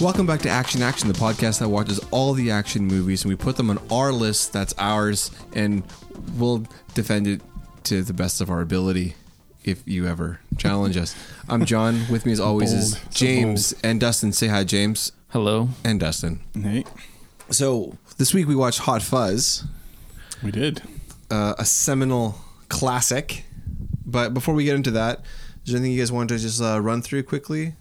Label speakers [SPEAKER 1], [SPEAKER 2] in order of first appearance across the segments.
[SPEAKER 1] Welcome back to Action Action, the podcast that watches all the action movies and we put them on our list that's ours and we'll defend it to the best of our ability if you ever challenge us. I'm John. With me as always is
[SPEAKER 2] Bold. So
[SPEAKER 1] James and Dustin. Say hi, James
[SPEAKER 3] Hello.
[SPEAKER 1] and Dustin.
[SPEAKER 2] Hey,
[SPEAKER 1] So this week we watched Hot Fuzz,
[SPEAKER 2] we did.
[SPEAKER 1] uh, a seminal classic. But before we get into that, is there anything you guys want to just uh, run through quickly?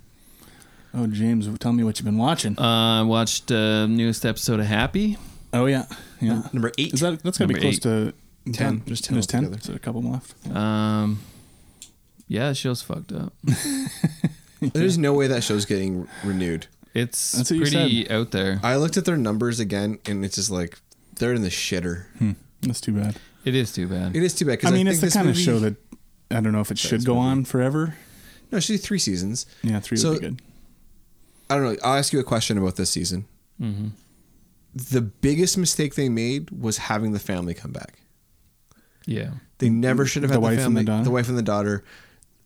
[SPEAKER 2] Oh, James, tell me what you've been watching.
[SPEAKER 3] I watched uh, newest episode of Happy.
[SPEAKER 2] oh yeah, yeah.
[SPEAKER 1] Number eight.
[SPEAKER 2] Is that that's gotta be
[SPEAKER 3] Number
[SPEAKER 2] close
[SPEAKER 3] eight.
[SPEAKER 2] to
[SPEAKER 1] Ten. There's ten
[SPEAKER 2] There's ten.
[SPEAKER 1] altogether.
[SPEAKER 2] So a couple more left.
[SPEAKER 3] Um, yeah, the show's fucked up.
[SPEAKER 1] There's no way that show's getting re- renewed.
[SPEAKER 3] It's
[SPEAKER 2] That's what you
[SPEAKER 3] pretty out there.
[SPEAKER 1] I looked at their numbers again, and it's just like they're in the shitter.
[SPEAKER 2] That's too bad.
[SPEAKER 3] It is too bad.
[SPEAKER 1] It is too bad. 'cause
[SPEAKER 2] Hmm. I mean,
[SPEAKER 1] think
[SPEAKER 2] it's the
[SPEAKER 1] this
[SPEAKER 2] kind of
[SPEAKER 1] movie-
[SPEAKER 2] show that I don't know if it should go on forever.
[SPEAKER 1] no, it should be three seasons.
[SPEAKER 2] Yeah, three
[SPEAKER 1] So-
[SPEAKER 2] would be good.
[SPEAKER 1] I don't know. I'll ask you a question about this season.
[SPEAKER 3] Mhm.
[SPEAKER 1] The biggest mistake they made was having the family come back.
[SPEAKER 3] Yeah.
[SPEAKER 1] They never should have had
[SPEAKER 2] The
[SPEAKER 1] the,
[SPEAKER 2] wife and the
[SPEAKER 1] family.
[SPEAKER 2] daughter?
[SPEAKER 1] the wife and the daughter.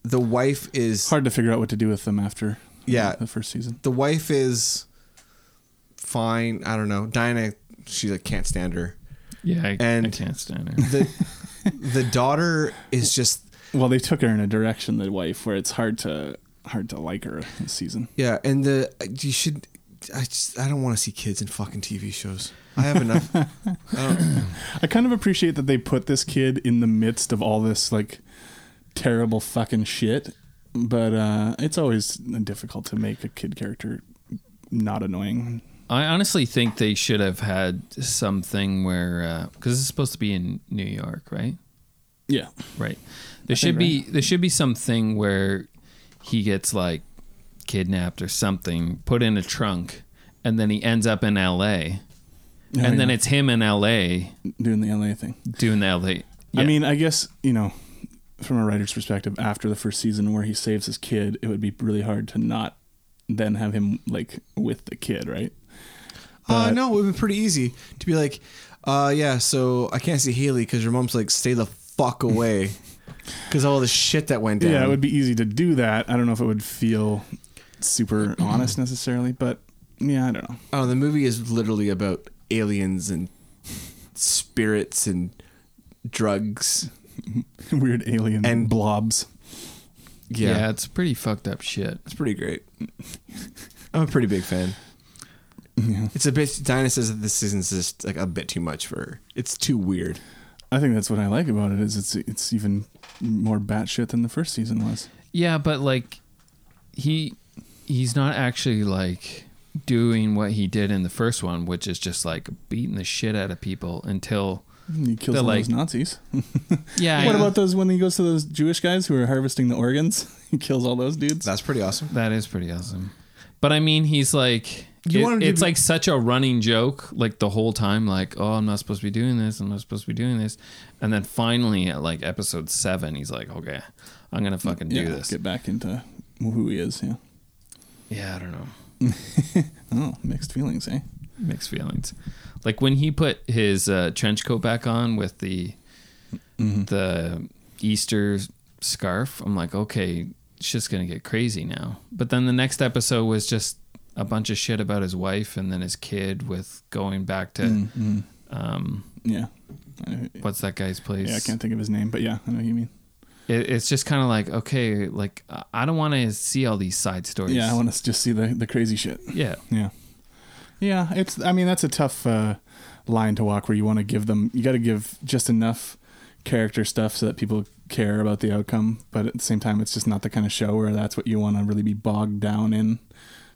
[SPEAKER 1] The wife is
[SPEAKER 2] Hard to figure out what to do with them after. uh,
[SPEAKER 1] Yeah.
[SPEAKER 2] the first season.
[SPEAKER 1] the wife is fine. I don't know. Diana, she like can't stand her.
[SPEAKER 3] Yeah, I, I
[SPEAKER 1] And-
[SPEAKER 3] can't stand her.
[SPEAKER 1] The the daughter is just
[SPEAKER 2] Well, they took her in a direction, the wife, where it's hard to hard to like her this season.
[SPEAKER 1] yeah, and the you should. I just I don't want to see kids in fucking TV shows. I have enough. Uh, I don't,
[SPEAKER 2] I kind of appreciate that they put this kid in the midst of all this like terrible fucking shit, but uh, it's always difficult to make a kid character not annoying.
[SPEAKER 3] I honestly think they should have had something where, because it's supposed to be in New York, right?
[SPEAKER 2] Yeah,
[SPEAKER 3] Right. There should be there should be something where he gets like kidnapped or something, put in a trunk, and then he ends up in L.A.
[SPEAKER 2] Oh,
[SPEAKER 3] and then it's him in L.A.
[SPEAKER 2] uh, doing the LA thing.
[SPEAKER 3] doing the L.A.
[SPEAKER 2] I mean, I guess you know, from a writer's perspective, after the first season where he saves his kid, it would be really hard to not then have him like with the kid, right?
[SPEAKER 1] uh, no, it would have been pretty easy to be like, uh, yeah. So I can't see Haley because your mom's like, stay the fuck away, because all the shit that went down.
[SPEAKER 2] Yeah, it would be easy to do that. I don't know if it would feel super honest necessarily, but yeah, I don't know.
[SPEAKER 1] Oh, the movie is literally about aliens and spirits and drugs.
[SPEAKER 2] Weird alien
[SPEAKER 1] And-
[SPEAKER 2] blobs.
[SPEAKER 3] yeah. it's pretty fucked up shit.
[SPEAKER 1] It's pretty great. I'm a pretty big fan.
[SPEAKER 2] Yeah.
[SPEAKER 1] It's a bit. Dinah says that this season's just like a bit too much for her. It's too weird.
[SPEAKER 2] I think that's what I like about it is it's it's even more batshit than the first season was.
[SPEAKER 3] Yeah, but like he he's not actually like doing what he did in the first one, which is just like beating the shit out of people until
[SPEAKER 2] He kills
[SPEAKER 3] They're
[SPEAKER 2] all
[SPEAKER 3] like- "Ah,
[SPEAKER 2] those Nazis.
[SPEAKER 3] yeah.
[SPEAKER 2] What
[SPEAKER 3] yeah.
[SPEAKER 2] about those when he goes to those Jewish guys who are harvesting the organs? He kills all those dudes.
[SPEAKER 1] That's pretty awesome.
[SPEAKER 3] That is pretty awesome. But I mean, he's like,
[SPEAKER 1] You
[SPEAKER 3] it-
[SPEAKER 1] want him to
[SPEAKER 3] it's
[SPEAKER 1] be-
[SPEAKER 3] like such a running joke, like the whole time, like, oh, I'm not supposed to be doing this. I'm not supposed to be doing this. And then finally, at like episode seven, he's like, okay, I'm going to fucking do
[SPEAKER 2] yeah,
[SPEAKER 3] this.
[SPEAKER 2] Get back into who he is. Yeah.
[SPEAKER 3] Yeah, I don't know.
[SPEAKER 2] Oh, mixed feelings, eh?
[SPEAKER 3] Mixed feelings. Like when he put his uh, trench coat back on with the the Easter scarf, I'm like, okay, shit's gonna get crazy now. But then the next episode was just a bunch of shit about his wife and then his kid with going back to
[SPEAKER 2] Mm.
[SPEAKER 3] um,
[SPEAKER 2] Yeah. I-
[SPEAKER 3] what's that guy's place?
[SPEAKER 2] yeah, I can't think of his name, but yeah, I know what you mean.
[SPEAKER 3] It, it's just kind of like okay, like I- I don't want to see all these side stories.
[SPEAKER 2] Yeah, I want to just see the, the crazy shit.
[SPEAKER 3] yeah,
[SPEAKER 2] Yeah. Yeah, it's I mean that's a tough uh, line to walk where you want to give them you got to give just enough character stuff so that people care about the outcome, but at the same time it's just not the kind of show where that's what you want to really be bogged down in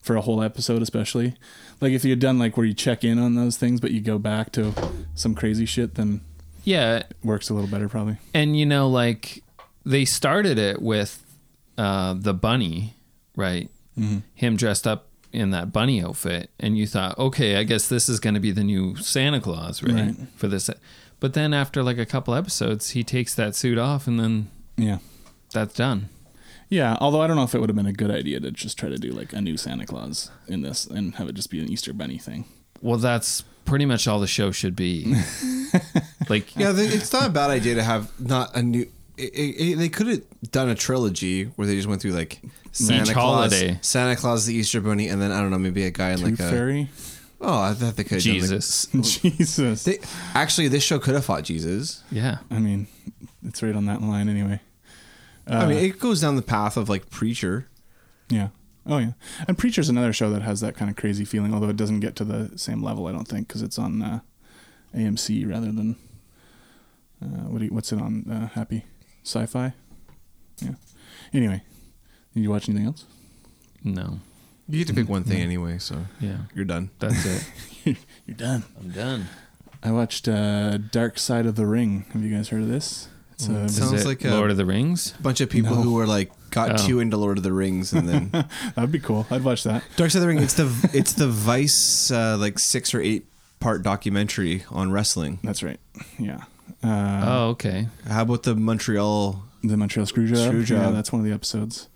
[SPEAKER 2] for a whole episode especially. Like if you'd done like where you check in on those things but you go back to some crazy shit then
[SPEAKER 3] yeah.
[SPEAKER 2] it works a little better probably.
[SPEAKER 3] and you know like they started it with uh the bunny right
[SPEAKER 2] Mm-hmm.
[SPEAKER 3] him dressed up in that bunny outfit and you thought okay i guess this is going to be the new santa claus right,
[SPEAKER 2] Right.
[SPEAKER 3] for this e-, but then after like a couple episodes he takes that suit off and then
[SPEAKER 2] Yeah.
[SPEAKER 3] that's done
[SPEAKER 2] Yeah, although I don't know if it would have been a good idea to just try to do like a new Santa Claus in this and have it just be an Easter bunny thing.
[SPEAKER 3] well that's pretty much all the show should be like
[SPEAKER 1] Yeah, th- it's not a bad idea to have not a new it, it, they could have done a trilogy where they just went through like Santa Claus,
[SPEAKER 3] holiday.
[SPEAKER 1] Santa Claus, the Easter Bunny, and then I don't know, maybe a guy in like
[SPEAKER 2] Tooth
[SPEAKER 1] a
[SPEAKER 2] fairy.
[SPEAKER 1] oh, I thought they could have
[SPEAKER 3] Jesus.
[SPEAKER 1] Done like,
[SPEAKER 2] Jesus.
[SPEAKER 1] they, actually, this show could have fought Jesus.
[SPEAKER 3] Yeah.
[SPEAKER 2] I mean, it's right on that line anyway.
[SPEAKER 1] I mean, it goes down the path of like preacher.
[SPEAKER 2] Yeah. Oh yeah. And Preacher's another show that has that kind of crazy feeling, although it doesn't get to the same level, I don't think, because it's on uh, AMC rather than uh, what? Do you, what's it on? Uh, Happy Sci-Fi. Yeah. Anyway, did you watch anything else?
[SPEAKER 3] No.
[SPEAKER 1] You get to pick one thing anyway, so
[SPEAKER 3] Yeah.
[SPEAKER 1] you're done.
[SPEAKER 3] That's it.
[SPEAKER 2] You're done.
[SPEAKER 3] I'm done.
[SPEAKER 2] I watched uh, Dark Side of the Ring. Have you guys heard of this? It's a
[SPEAKER 1] Sounds
[SPEAKER 3] Is it
[SPEAKER 1] like a-
[SPEAKER 2] uh,
[SPEAKER 3] Lord of the Rings.
[SPEAKER 1] bunch of people
[SPEAKER 2] No.
[SPEAKER 1] who were like got
[SPEAKER 3] Oh.
[SPEAKER 1] too into Lord of the Rings and then
[SPEAKER 2] that'd be cool. I'd watch that.
[SPEAKER 1] Dark Side of the Ring. It's the it's the Vice uh, like six or eight part documentary on wrestling.
[SPEAKER 2] That's right. Yeah. Uh,
[SPEAKER 3] oh, okay.
[SPEAKER 1] How about the Montreal
[SPEAKER 2] The Montreal Screwjob.
[SPEAKER 1] Screwjob.
[SPEAKER 2] Yeah, that's one of the episodes.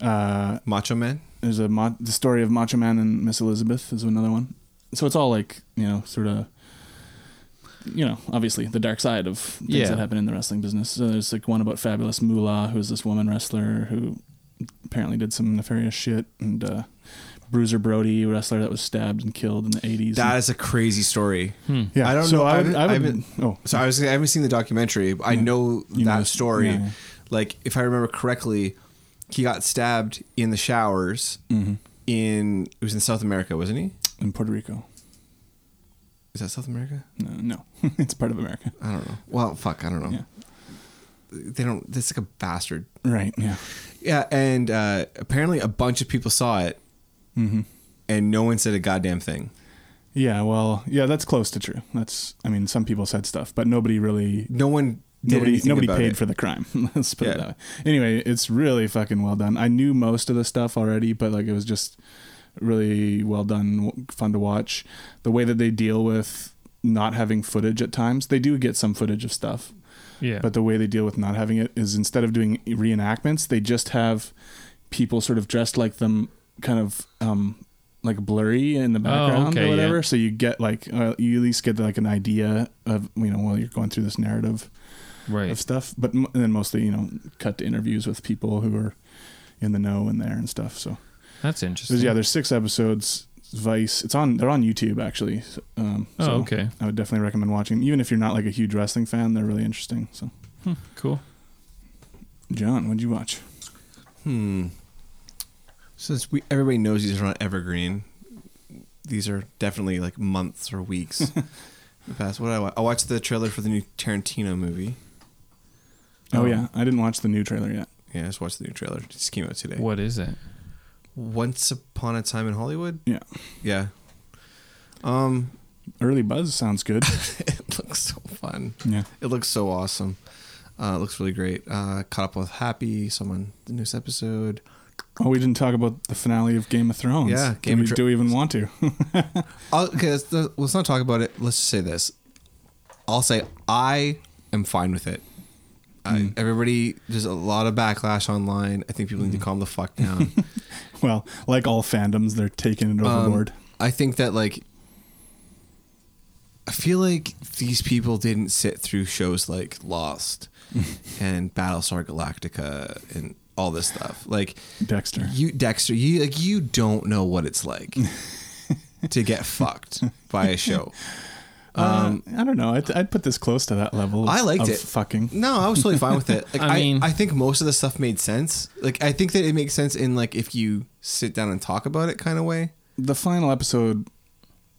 [SPEAKER 2] Uh,
[SPEAKER 1] Macho Man?
[SPEAKER 2] there's a mo- the story of Macho Man and Miss Elizabeth is another one. So it's all like you know, sort of, you know, obviously the dark side of things
[SPEAKER 3] Yeah.
[SPEAKER 2] that happen in the wrestling business. So there's like one about Fabulous Moolah, who's this woman wrestler who apparently did some nefarious shit, and uh, Bruiser Brody, wrestler that was stabbed and killed in the '80s.
[SPEAKER 1] That is a crazy story.
[SPEAKER 3] Hmm.
[SPEAKER 2] yeah,
[SPEAKER 1] I don't
[SPEAKER 2] so
[SPEAKER 1] know- I
[SPEAKER 2] I would,
[SPEAKER 1] haven't-
[SPEAKER 2] I
[SPEAKER 1] I
[SPEAKER 2] would,
[SPEAKER 1] haven't-
[SPEAKER 2] oh,
[SPEAKER 1] So I was I haven't seen the documentary. But I know
[SPEAKER 2] You know
[SPEAKER 1] that
[SPEAKER 2] this-
[SPEAKER 1] story.
[SPEAKER 2] yeah, yeah.
[SPEAKER 1] Like if I remember correctly, he got stabbed in the showers in it was in South America, wasn't he?
[SPEAKER 2] mm-hmm. in Puerto Rico.
[SPEAKER 1] Is that South America?
[SPEAKER 2] No, no, it's part of America.
[SPEAKER 1] I don't know. Well, fuck, I don't know.
[SPEAKER 2] Yeah,
[SPEAKER 1] They don't. It's like a bastard.
[SPEAKER 2] right. Yeah,
[SPEAKER 1] Yeah, and uh, apparently a bunch of people saw it,
[SPEAKER 2] Mm-hmm.
[SPEAKER 1] and no one said a goddamn thing.
[SPEAKER 2] yeah. Well, yeah, that's close to true. That's, I mean, some people said stuff, but nobody really
[SPEAKER 1] No one did
[SPEAKER 2] nobody
[SPEAKER 1] anything
[SPEAKER 2] nobody
[SPEAKER 1] about
[SPEAKER 2] paid
[SPEAKER 1] it.
[SPEAKER 2] for the crime. Let's put
[SPEAKER 1] Yeah.
[SPEAKER 2] it that way. Anyway, it's really fucking well done. I knew most of the stuff already, but like it was just really well done, w- fun to watch. The way that they deal with not having footage at times, they do get some footage of stuff,
[SPEAKER 3] Yeah.
[SPEAKER 2] but the way they deal with not having it is instead of doing reenactments, they just have people sort of dressed like them, kind of um, like blurry in the background
[SPEAKER 3] Oh, okay, yeah.
[SPEAKER 2] or whatever. So you get like uh, you at least get like an idea of you know while you're going through this narrative
[SPEAKER 3] right.
[SPEAKER 2] of stuff, but m- and then mostly you know cut to interviews with people who are in the know and there and stuff. So
[SPEAKER 3] That's
[SPEAKER 2] there's,
[SPEAKER 3] interesting.
[SPEAKER 2] yeah, there's six episodes. Vice, it's on. They're on YouTube actually. So, um,
[SPEAKER 3] Oh,
[SPEAKER 2] so
[SPEAKER 3] okay.
[SPEAKER 2] I would definitely recommend watching, even if you're not like a huge wrestling fan. They're really interesting. So
[SPEAKER 3] Hmm, Cool.
[SPEAKER 2] John, what'd you watch?
[SPEAKER 1] Hmm. Since we everybody knows these are not evergreen, these are definitely like months or weeks. the past. What did I watch? I watched the trailer for the new Tarantino movie.
[SPEAKER 2] Oh
[SPEAKER 1] Um,
[SPEAKER 2] yeah, I didn't watch the new trailer yet.
[SPEAKER 1] Yeah, I just watched the new trailer. It just came out today.
[SPEAKER 3] What is it?
[SPEAKER 1] Once upon a time in Hollywood.
[SPEAKER 2] Yeah,
[SPEAKER 1] Yeah. Um,
[SPEAKER 2] early buzz sounds good.
[SPEAKER 1] it looks so fun.
[SPEAKER 2] yeah,
[SPEAKER 1] It looks so awesome. Uh, it looks really great. Uh, caught up with Happy. Someone the newest episode.
[SPEAKER 2] oh, we didn't talk about the finale of Game of Thrones.
[SPEAKER 1] Yeah, Game
[SPEAKER 2] Game
[SPEAKER 1] of
[SPEAKER 2] do, we,
[SPEAKER 1] Thro-
[SPEAKER 2] do we even want to?
[SPEAKER 1] I'll, okay, let's, let's not talk about it. Let's just say this. I'll say I am fine with it. I, everybody, there's a lot of backlash online. I think people need to calm the fuck down.
[SPEAKER 2] well, like all fandoms, they're taking
[SPEAKER 1] Um,
[SPEAKER 2] it overboard.
[SPEAKER 1] I think that like, I feel like these people didn't sit through shows like Lost and Battlestar Galactica and all this stuff. Like,
[SPEAKER 2] Dexter.
[SPEAKER 1] you Dexter, you like you don't know what it's like to get fucked by a show.
[SPEAKER 2] Um, I don't know. I'd, I'd put this close to that level. Of,
[SPEAKER 1] uh, I liked
[SPEAKER 2] of
[SPEAKER 1] it.
[SPEAKER 2] Fucking.
[SPEAKER 1] No, I was totally fine with it. Like,
[SPEAKER 3] I
[SPEAKER 1] I,
[SPEAKER 3] mean-
[SPEAKER 1] I, think most of the stuff made sense. Like, I think that it makes sense in like if you sit down and talk about it kind of way.
[SPEAKER 2] The final episode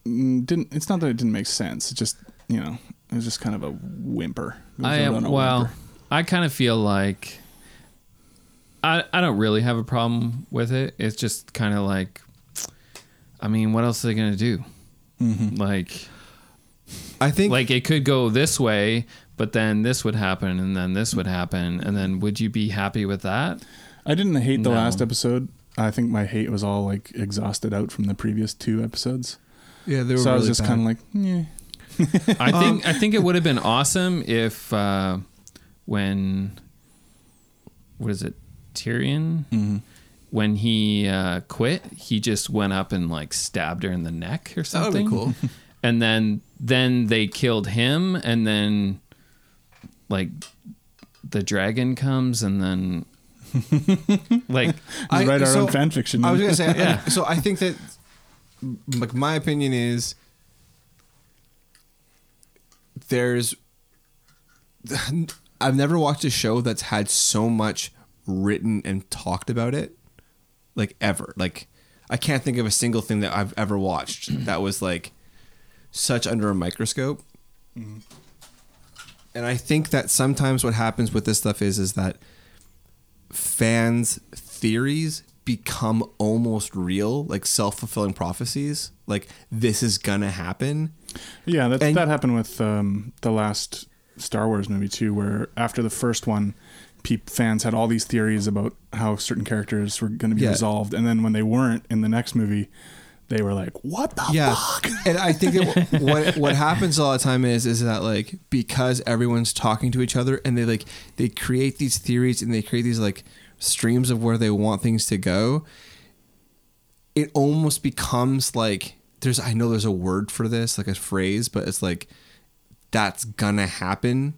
[SPEAKER 2] mm, didn't. It's not that it didn't make sense. It just you know it was just kind of a whimper. It was
[SPEAKER 3] I am
[SPEAKER 2] on a
[SPEAKER 3] well.
[SPEAKER 2] whimper.
[SPEAKER 3] I kind of feel like I I don't really have a problem with it. It's just kind of like I mean, what else are they gonna do?
[SPEAKER 2] Mm-hmm.
[SPEAKER 3] Like
[SPEAKER 1] I think
[SPEAKER 3] like it could go this way, but then this would happen, and then this would happen, and then would you be happy with that?
[SPEAKER 2] I didn't hate the
[SPEAKER 3] No.
[SPEAKER 2] last episode. I think my hate was all like exhausted out from the previous two episodes.
[SPEAKER 1] yeah, there
[SPEAKER 2] So I was just kind of like, yeah.
[SPEAKER 3] I
[SPEAKER 1] Um,
[SPEAKER 3] think I think it would have been awesome if uh, when what is it Tyrion
[SPEAKER 1] Mm-hmm.
[SPEAKER 3] when he uh, quit he just went up and like stabbed her in the neck or
[SPEAKER 1] That would be
[SPEAKER 3] something.
[SPEAKER 1] cool.
[SPEAKER 3] And then then they killed him and then like the dragon comes and then like
[SPEAKER 2] I,
[SPEAKER 1] I-
[SPEAKER 2] write our
[SPEAKER 1] so-
[SPEAKER 2] own fan fiction.
[SPEAKER 1] I was gonna say, I-
[SPEAKER 3] Yeah.
[SPEAKER 1] so I think that, like, my opinion is there's. I've never watched a show that's had so much written and talked about it, like ever. Like, I can't think of a single thing that I've ever watched that was like such under a microscope. And I think that sometimes what happens with this stuff is is that fans' theories become almost real, like self fulfilling prophecies. Like this is gonna happen.
[SPEAKER 2] Yeah, that
[SPEAKER 1] And-
[SPEAKER 2] that happened with um, the last Star Wars movie too, where after the first one, peop, fans had all these theories about how certain characters were going to be
[SPEAKER 1] Yeah.
[SPEAKER 2] resolved, and then when they weren't in the next movie, they were like, "What the
[SPEAKER 1] Yeah,
[SPEAKER 2] fuck?"
[SPEAKER 1] and I think that what what happens a lot of time is is that like because everyone's talking to each other and they like they create these theories and they create these like streams of where they want things to go. It almost becomes like there's I know there's a word for this like a phrase, but it's like that's gonna happen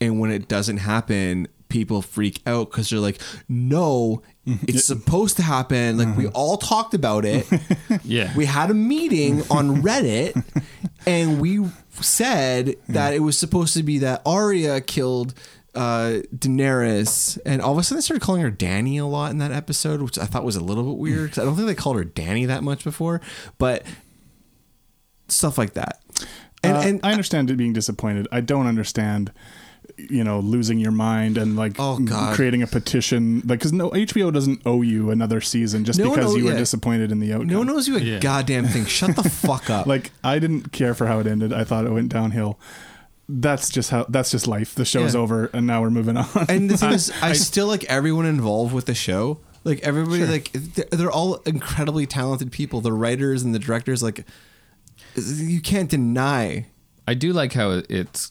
[SPEAKER 1] and when it doesn't happen people freak out because they're like no it's supposed to happen like we all talked about it
[SPEAKER 3] yeah
[SPEAKER 1] we had a meeting on reddit and we said that it was supposed to be that Arya killed uh, Daenerys, and all of a sudden they started calling her Danny a lot in that episode, which I thought was a little bit
[SPEAKER 2] Mm.
[SPEAKER 1] weird because I don't think they called her Danny that much before, but stuff like that. And,
[SPEAKER 2] Uh,
[SPEAKER 1] and
[SPEAKER 2] I understand it being disappointed. I don't understand, you know, losing your mind and like
[SPEAKER 1] Oh, God.
[SPEAKER 2] creating a petition. Like, because no HBO doesn't owe you another season just
[SPEAKER 1] No one
[SPEAKER 2] because
[SPEAKER 1] owe-
[SPEAKER 2] you were
[SPEAKER 1] yeah.
[SPEAKER 2] disappointed in the outcome.
[SPEAKER 1] no one knows you a
[SPEAKER 3] Yeah.
[SPEAKER 1] goddamn thing. Shut the fuck up.
[SPEAKER 2] like I didn't care for how it ended. I thought it went downhill. That's just how. That's just life. The show's
[SPEAKER 1] Yeah.
[SPEAKER 2] over, and now we're moving on.
[SPEAKER 1] and the thing is, I, still like everyone involved with the show. Like everybody, like they're, they're all incredibly talented people. The writers and the directors, like you can't deny.
[SPEAKER 3] I do like how it's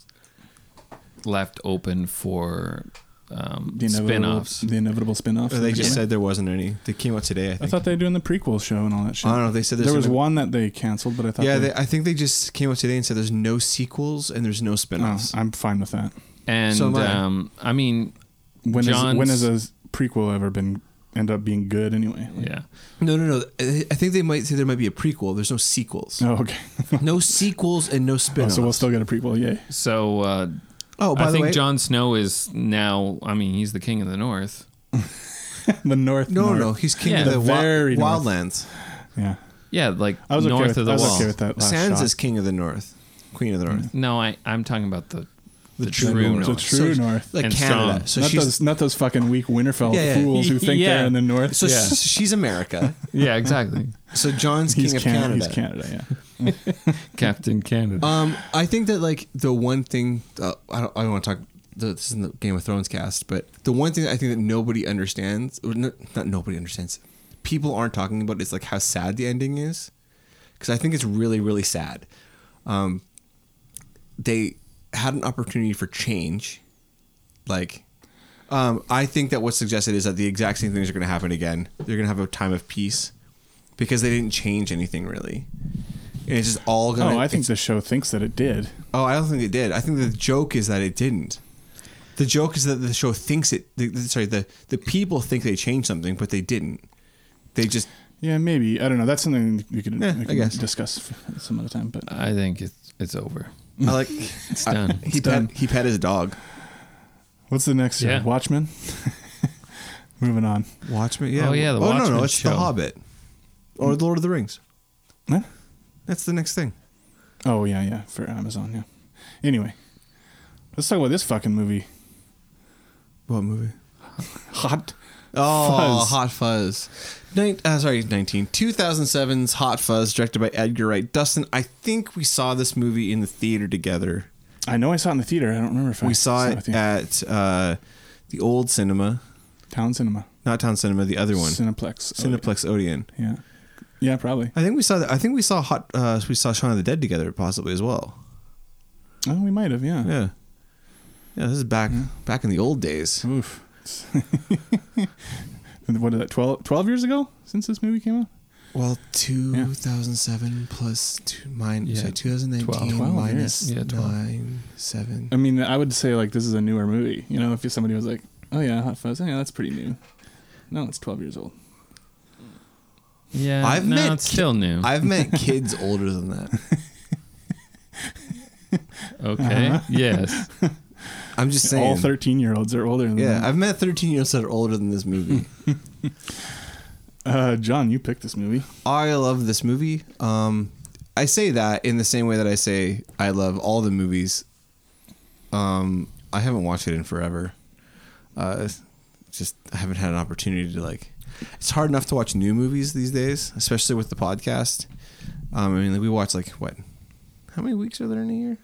[SPEAKER 3] left open for um,
[SPEAKER 2] the inevitable,
[SPEAKER 3] spin-offs.
[SPEAKER 2] The inevitable spin-offs.
[SPEAKER 1] Or they just
[SPEAKER 2] Yeah.
[SPEAKER 1] said there wasn't any. They came out today. I
[SPEAKER 2] I
[SPEAKER 1] think. I,
[SPEAKER 2] thought they were doing the prequel show and all that shit.
[SPEAKER 1] don't know. They said there's
[SPEAKER 2] there was
[SPEAKER 1] gonna-
[SPEAKER 2] one that they canceled, but I thought
[SPEAKER 1] Yeah,
[SPEAKER 2] they,
[SPEAKER 1] they, I think they just came out today and said there's no sequels and there's no
[SPEAKER 2] no,
[SPEAKER 1] spinoffs.
[SPEAKER 2] I'm fine with that.
[SPEAKER 3] And
[SPEAKER 1] So am I.
[SPEAKER 3] um, I mean,
[SPEAKER 2] When is
[SPEAKER 3] John's-
[SPEAKER 2] when has a prequel ever been end up being good anyway? Like-
[SPEAKER 3] yeah,
[SPEAKER 1] no, no, no. I I think they might say there might be a prequel. There's no sequels.
[SPEAKER 2] Oh, okay.
[SPEAKER 1] no sequels and no spinoffs.
[SPEAKER 2] Oh, so we'll still get a prequel. Yay.
[SPEAKER 3] so uh,
[SPEAKER 1] oh, by
[SPEAKER 3] I
[SPEAKER 1] the
[SPEAKER 3] think
[SPEAKER 1] way,
[SPEAKER 3] Jon Snow is now. I mean, he's the king of the North.
[SPEAKER 2] the North.
[SPEAKER 1] No,
[SPEAKER 2] North.
[SPEAKER 1] no, he's king
[SPEAKER 3] Yeah.
[SPEAKER 1] of the,
[SPEAKER 2] The
[SPEAKER 1] wi-
[SPEAKER 2] very north.
[SPEAKER 1] wildlands.
[SPEAKER 2] Yeah.
[SPEAKER 3] Yeah, like
[SPEAKER 2] I was
[SPEAKER 3] north
[SPEAKER 2] okay with,
[SPEAKER 3] of the
[SPEAKER 2] I was
[SPEAKER 3] wall.
[SPEAKER 2] okay with that. Last
[SPEAKER 1] Sans
[SPEAKER 2] shot.
[SPEAKER 1] is king of the north, queen of the north.
[SPEAKER 3] No, I I'm talking about the the,
[SPEAKER 1] true
[SPEAKER 3] true,
[SPEAKER 1] north.
[SPEAKER 3] north.
[SPEAKER 2] the true
[SPEAKER 1] So-
[SPEAKER 2] North.
[SPEAKER 1] like
[SPEAKER 3] And
[SPEAKER 1] Canada.
[SPEAKER 3] strong.
[SPEAKER 1] So
[SPEAKER 2] not
[SPEAKER 1] she's
[SPEAKER 2] those not those fucking weak Winterfell
[SPEAKER 1] Yeah, yeah.
[SPEAKER 2] fools who think
[SPEAKER 3] Yeah.
[SPEAKER 2] they're in the north.
[SPEAKER 1] so
[SPEAKER 3] Yeah.
[SPEAKER 1] sh- she's America.
[SPEAKER 3] Yeah, exactly.
[SPEAKER 1] So John's king
[SPEAKER 2] he's
[SPEAKER 1] of
[SPEAKER 2] Canada.
[SPEAKER 1] Canada.
[SPEAKER 2] He's Canada. Yeah.
[SPEAKER 3] Captain Canada.
[SPEAKER 1] Um, I think that like the one thing uh, I don't I don't want to talk. This isn't the Game of Thrones cast, but the one thing that I think that nobody understands, or no, not nobody understands, people aren't talking about is like how sad the ending is, because I think it's really really sad. Um, they had an opportunity for change, like. Um, I think that what's suggested is that the exact same things are going to happen again. They're going to have a time of peace because they didn't change anything really, and it's just all going.
[SPEAKER 2] Oh, I think the show thinks that it did.
[SPEAKER 1] Oh, I don't think it did. I think the joke is that it didn't. The joke is that the show thinks it. The, the- sorry, the the people think they changed something, but they didn't. They just
[SPEAKER 2] Yeah, maybe. I don't know. That's something we could,
[SPEAKER 1] Yeah,
[SPEAKER 2] we
[SPEAKER 1] I
[SPEAKER 2] could
[SPEAKER 1] guess.
[SPEAKER 2] discuss f- some other time. But
[SPEAKER 3] I think it's it's over.
[SPEAKER 1] I like
[SPEAKER 3] It's done.
[SPEAKER 1] he
[SPEAKER 2] done.
[SPEAKER 1] pet he pet his dog.
[SPEAKER 2] what's the next? show?
[SPEAKER 3] Yeah.
[SPEAKER 2] Watchmen. Moving on.
[SPEAKER 1] Watchmen.
[SPEAKER 3] yeah. Oh, yeah, the
[SPEAKER 1] oh no, no,
[SPEAKER 3] Watchmen
[SPEAKER 1] it's
[SPEAKER 3] show. Mm.
[SPEAKER 1] the Hobbit or the Lord of the Rings.
[SPEAKER 2] Huh?
[SPEAKER 1] That's the next thing.
[SPEAKER 2] Oh yeah, yeah, for Amazon. Yeah. Anyway, let's talk about this fucking movie.
[SPEAKER 1] What movie?
[SPEAKER 2] Hot.
[SPEAKER 1] Oh,
[SPEAKER 2] Fuzz.
[SPEAKER 1] Hot Fuzz. Nin- uh, sorry, 19. 2007's Hot Fuzz, directed by Edgar Wright. Dustin, I think we saw this movie in the theater together.
[SPEAKER 2] I know I saw it in the theater. I don't remember if I
[SPEAKER 1] We saw
[SPEAKER 2] with
[SPEAKER 1] it
[SPEAKER 2] you.
[SPEAKER 1] at uh, the old cinema,
[SPEAKER 2] Town Cinema,
[SPEAKER 1] not Town Cinema, the other one,
[SPEAKER 2] Cineplex, Oh,
[SPEAKER 1] Cineplex Odeon.
[SPEAKER 2] Yeah. Yeah, probably.
[SPEAKER 1] I think we saw that. I think we saw Hot. Uh, we saw Shaun of the Dead together, possibly as well.
[SPEAKER 2] Oh, we might have. Yeah.
[SPEAKER 1] Yeah, yeah. This is back back in the old days.
[SPEAKER 2] Oof. what is that? 12, 12 years ago since this movie came out?
[SPEAKER 1] Well, 2007 plus two, mine,
[SPEAKER 3] Yeah.
[SPEAKER 1] sorry, 2019
[SPEAKER 3] 12.
[SPEAKER 2] 12
[SPEAKER 1] minus
[SPEAKER 3] years. Yeah, 12.
[SPEAKER 1] 9, 7.
[SPEAKER 2] I mean, I would say like this is a newer movie. You know, if somebody was like, "Oh yeah, Hot Fuzz, yeah, that's pretty new." No, it's twelve years old.
[SPEAKER 3] Yeah,
[SPEAKER 1] I've
[SPEAKER 3] no,
[SPEAKER 1] met
[SPEAKER 3] it's
[SPEAKER 1] ki-
[SPEAKER 3] still new.
[SPEAKER 1] I've met kids older than that.
[SPEAKER 3] okay,
[SPEAKER 2] Uh-huh.
[SPEAKER 3] yes,
[SPEAKER 1] I'm just saying.
[SPEAKER 2] All thirteen-year-olds are older than
[SPEAKER 1] yeah,
[SPEAKER 2] that.
[SPEAKER 1] I've met 13 year olds that are older than this movie.
[SPEAKER 2] Uh, John, you picked this movie.
[SPEAKER 1] I love this movie. Um, I say that in the same way that I say I love all the movies. Um, I haven't watched it in forever. Uh, just I haven't had an opportunity to like. It's hard enough to watch new movies these days, especially with the podcast. Um, I mean, like, we watch like what? How many weeks are there in a year?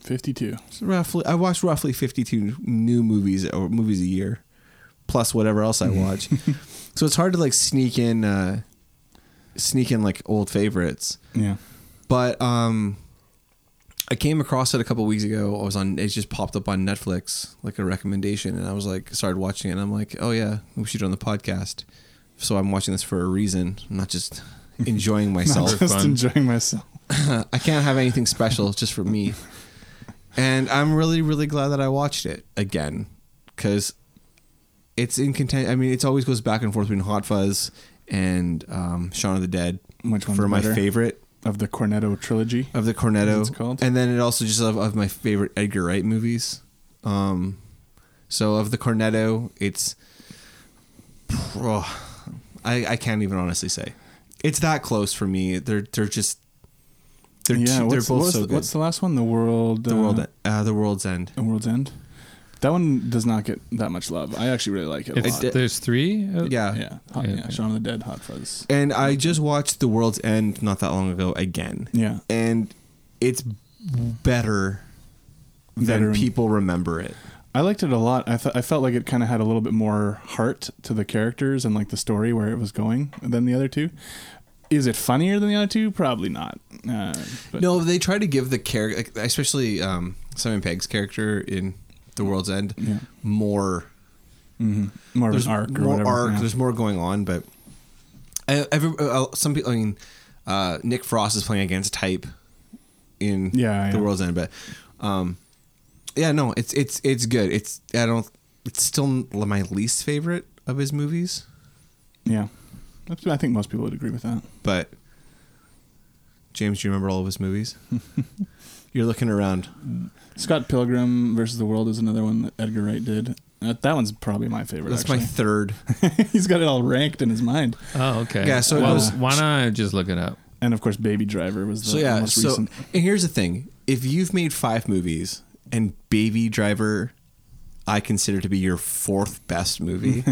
[SPEAKER 2] Fifty-two.
[SPEAKER 1] It's roughly, I watch roughly fifty-two new movies or movies a year, plus whatever else I watch. so it's hard to like sneak in, uh, sneak in like old favorites.
[SPEAKER 2] Yeah.
[SPEAKER 1] But um, I came across it a couple weeks ago. I was on. It just popped up on Netflix like a recommendation, and I was like, started watching it. and I'm like, oh yeah, we should do it on the podcast. So I'm watching this for a reason. I'm not just enjoying myself.
[SPEAKER 2] Just
[SPEAKER 3] fun.
[SPEAKER 2] enjoying myself.
[SPEAKER 1] I can't have anything special just for me. And I'm really, really glad that I watched it again because it's in content. I mean, it always goes back and forth between Hot Fuzz and um, Shaun of the Dead
[SPEAKER 2] Which one's
[SPEAKER 1] for my
[SPEAKER 2] better?
[SPEAKER 1] favorite
[SPEAKER 2] Of the Cornetto trilogy.
[SPEAKER 1] of the Cornetto,
[SPEAKER 2] It's called.
[SPEAKER 1] and then it also just of, of my favorite Edgar Wright movies. Um, so of the Cornetto, it's oh, I I can't even honestly say it's that close for me. They're they're just they're
[SPEAKER 2] yeah.
[SPEAKER 1] too, they're both
[SPEAKER 2] what's, what's
[SPEAKER 1] so
[SPEAKER 2] the,
[SPEAKER 1] good.
[SPEAKER 2] What's the last one? The world.
[SPEAKER 1] the
[SPEAKER 2] uh,
[SPEAKER 1] world uh, the world's end.
[SPEAKER 2] The world's end. That one does not get that much love. I actually really like it a
[SPEAKER 3] it's,
[SPEAKER 2] lot.
[SPEAKER 3] there's three. Uh,
[SPEAKER 1] Yeah.
[SPEAKER 2] yeah. Hot, yeah.
[SPEAKER 3] Yeah, yeah.
[SPEAKER 2] Shaun of the Dead. Hot Fuzz.
[SPEAKER 1] and I just watched the world's end not that long ago again,
[SPEAKER 2] Yeah.
[SPEAKER 1] and it's better than
[SPEAKER 2] Better.
[SPEAKER 1] people remember it.
[SPEAKER 2] I liked it a lot. I, th- I felt like it kind of had a little bit more heart to the characters and like the story where it was going than the other two. Is it funnier than the other two? Probably not. Uh, but
[SPEAKER 1] no, they try to give the character, especially um, Simon Pegg's character in The World's End,
[SPEAKER 2] Yeah.
[SPEAKER 1] more.
[SPEAKER 2] more of
[SPEAKER 1] There's
[SPEAKER 2] an arc or
[SPEAKER 1] more
[SPEAKER 2] whatever.
[SPEAKER 1] arc.
[SPEAKER 2] yeah.
[SPEAKER 1] There's more going on, but I, every, uh, some people. I mean, uh, Nick Frost is playing against type in
[SPEAKER 2] Yeah,
[SPEAKER 1] The
[SPEAKER 2] yeah.
[SPEAKER 1] World's End, but um, yeah, no, it's it's it's good. It's I don't. It's still my least favorite of his movies,
[SPEAKER 2] Yeah. That's- I think most people would agree with that.
[SPEAKER 1] but James, do you remember all of his movies? You're looking around.
[SPEAKER 2] Scott Pilgrim versus the World is another one that Edgar Wright did. Uh, That, that one's probably my favorite.
[SPEAKER 1] That's my
[SPEAKER 2] actually.
[SPEAKER 1] third.
[SPEAKER 2] He's got it all ranked in his mind.
[SPEAKER 3] Oh, okay.
[SPEAKER 1] Yeah, so it
[SPEAKER 3] Well,
[SPEAKER 1] goes-
[SPEAKER 3] why not I just look it up?
[SPEAKER 2] And of course, Baby Driver was the
[SPEAKER 1] So yeah,
[SPEAKER 2] most
[SPEAKER 1] so
[SPEAKER 2] recent.
[SPEAKER 1] and here's the thing: if you've made five movies and Baby Driver, I consider to be your fourth best movie,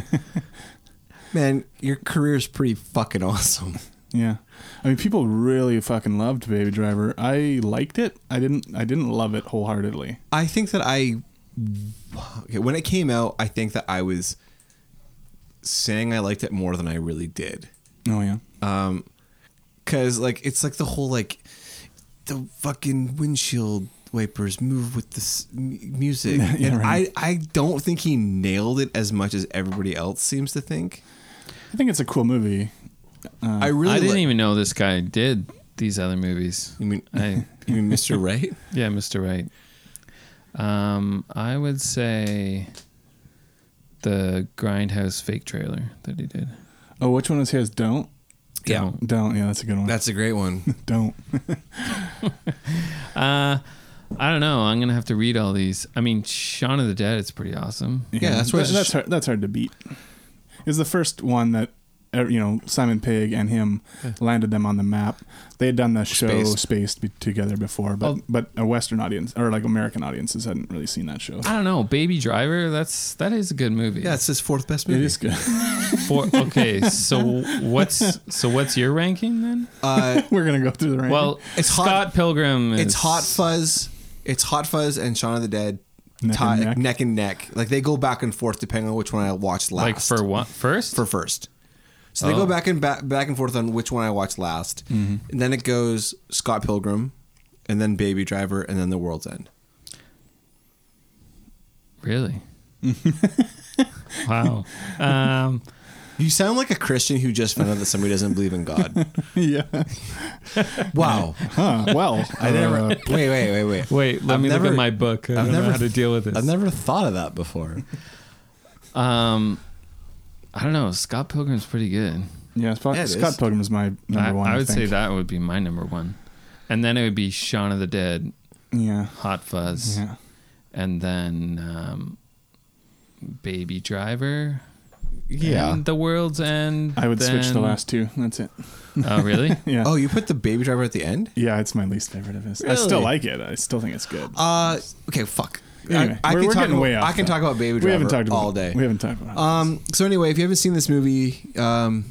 [SPEAKER 1] man, your career is pretty fucking awesome.
[SPEAKER 2] Yeah, I mean, people really fucking loved Baby Driver. I liked it. I didn't. I didn't love it wholeheartedly.
[SPEAKER 1] I think that I, okay, when it came out, I think that I was saying I liked it more than I really did.
[SPEAKER 2] Oh yeah.
[SPEAKER 1] Cause like it's like the whole like the fucking windshield wipers move with this m- music,
[SPEAKER 2] Yeah,
[SPEAKER 1] and
[SPEAKER 2] right.
[SPEAKER 1] I I don't think he nailed it as much as everybody else seems to think.
[SPEAKER 2] I think it's a cool movie. Uh,
[SPEAKER 1] I really
[SPEAKER 3] I didn't
[SPEAKER 1] li-
[SPEAKER 3] even know this guy did these other movies.
[SPEAKER 1] You mean
[SPEAKER 3] I
[SPEAKER 1] you mean Mr. Right?
[SPEAKER 3] yeah, Mr. Right. Um, I would say the Grindhouse fake trailer that he did.
[SPEAKER 2] Oh, which one was his? Don't.
[SPEAKER 1] Yeah,
[SPEAKER 3] Don't.
[SPEAKER 2] Don't. Yeah, that's a good one.
[SPEAKER 1] that's a great one.
[SPEAKER 2] Don't.
[SPEAKER 3] Uh, I don't know. I'm gonna have to read all these. I mean, Shaun of the Dead is pretty awesome.
[SPEAKER 1] Yeah, that's why
[SPEAKER 2] that,
[SPEAKER 1] it's
[SPEAKER 2] that's
[SPEAKER 1] just-
[SPEAKER 2] hard, that's hard to beat. Is the first one that uh, you know Simon Pegg and him landed them on the map. They had done the show
[SPEAKER 1] Spaced.
[SPEAKER 2] Spaced, be- together before, but
[SPEAKER 3] Oh.
[SPEAKER 2] but a Western audience or like American audiences hadn't really seen that show.
[SPEAKER 3] I don't know. Baby Driver. That's that is a good movie.
[SPEAKER 1] Yeah, it's his fourth best
[SPEAKER 2] It
[SPEAKER 1] movie.
[SPEAKER 2] is good.
[SPEAKER 3] For, okay. So what's so what's your ranking then?
[SPEAKER 1] Uh,
[SPEAKER 2] We're gonna go through the rank.
[SPEAKER 3] Well,
[SPEAKER 1] It's hot-
[SPEAKER 3] Scott Pilgrim. Is,
[SPEAKER 1] it's Hot Fuzz. It's Hot Fuzz and Shaun of the Dead.
[SPEAKER 2] Neck
[SPEAKER 1] tie-
[SPEAKER 2] and neck.
[SPEAKER 1] neck and neck. Like they go back and forth depending on which one I watched last.
[SPEAKER 3] like for what first?
[SPEAKER 1] for first. So they go
[SPEAKER 3] Oh.
[SPEAKER 1] back and back, back and forth on which one I watched last. And then it goes Scott Pilgrim, and then Baby Driver, and then The World's End.
[SPEAKER 3] Really? wow. Um,
[SPEAKER 1] You sound like a Christian who just found out that somebody doesn't believe in God.
[SPEAKER 2] yeah.
[SPEAKER 1] Wow.
[SPEAKER 2] Huh. Well, uh,
[SPEAKER 1] I never. Uh, Wait, wait, wait, wait.
[SPEAKER 3] Wait, let
[SPEAKER 1] I've
[SPEAKER 3] me look
[SPEAKER 1] never-
[SPEAKER 3] at my book. I
[SPEAKER 1] I've
[SPEAKER 3] don't know
[SPEAKER 1] never-
[SPEAKER 3] how to deal with this.
[SPEAKER 1] I've never thought of that before.
[SPEAKER 3] um, I don't know. Scott Pilgrim's pretty good.
[SPEAKER 2] Yeah, it's probably,
[SPEAKER 1] Yeah, it
[SPEAKER 2] Scott
[SPEAKER 1] is.
[SPEAKER 2] Pilgrim is my number
[SPEAKER 3] I,
[SPEAKER 2] one.
[SPEAKER 3] I would say
[SPEAKER 2] think.
[SPEAKER 3] that would be my number one, and then it would be Shaun of the Dead,
[SPEAKER 2] Yeah,
[SPEAKER 3] Hot Fuzz,
[SPEAKER 2] yeah.
[SPEAKER 3] and then um, Baby Driver.
[SPEAKER 1] Yeah.
[SPEAKER 3] and The World's End.
[SPEAKER 2] I would switch the
[SPEAKER 3] then-
[SPEAKER 2] last two. That's it.
[SPEAKER 3] Oh, really?
[SPEAKER 2] Yeah.
[SPEAKER 1] Oh, you put the baby driver at the end?
[SPEAKER 2] Yeah, it's my least favorite of his. I still
[SPEAKER 1] Really?
[SPEAKER 2] like it. I still think it's good.
[SPEAKER 1] Uh, okay, fuck.
[SPEAKER 2] Anyway,
[SPEAKER 1] I, I
[SPEAKER 2] we're-
[SPEAKER 1] can
[SPEAKER 2] we're
[SPEAKER 1] talk
[SPEAKER 2] getting
[SPEAKER 1] about,
[SPEAKER 2] way off
[SPEAKER 1] I can
[SPEAKER 2] that.
[SPEAKER 1] talk about Baby Driver
[SPEAKER 2] we haven't talked about
[SPEAKER 1] all day.
[SPEAKER 2] We haven't talked about. it.
[SPEAKER 1] Um, so anyway, if you haven't seen this movie, um,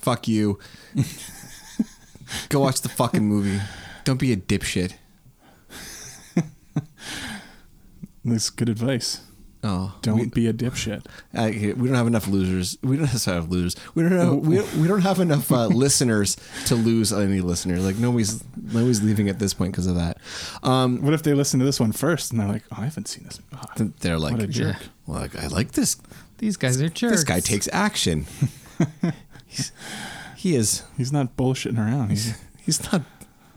[SPEAKER 1] fuck you. Go watch the fucking movie. Don't be a dipshit.
[SPEAKER 2] That's good advice.
[SPEAKER 1] Oh,
[SPEAKER 2] Don't
[SPEAKER 1] We,
[SPEAKER 2] be a dipshit.
[SPEAKER 1] I, we don't have enough losers. We don't have enough losers. We don't have, we, we don't have enough uh, listeners to lose any listeners. Like nobody's nobody's leaving at this point because of that. Um,
[SPEAKER 2] What if they listen to this one first and they're like, "Oh, I haven't seen this." Oh,
[SPEAKER 1] th- they're like,
[SPEAKER 2] what a jerk!
[SPEAKER 3] yeah.
[SPEAKER 1] well, like I like this.
[SPEAKER 3] These guys are jerks.
[SPEAKER 1] This guy takes action. He's- he is.
[SPEAKER 2] He's not bullshitting around. He's,
[SPEAKER 1] He's not.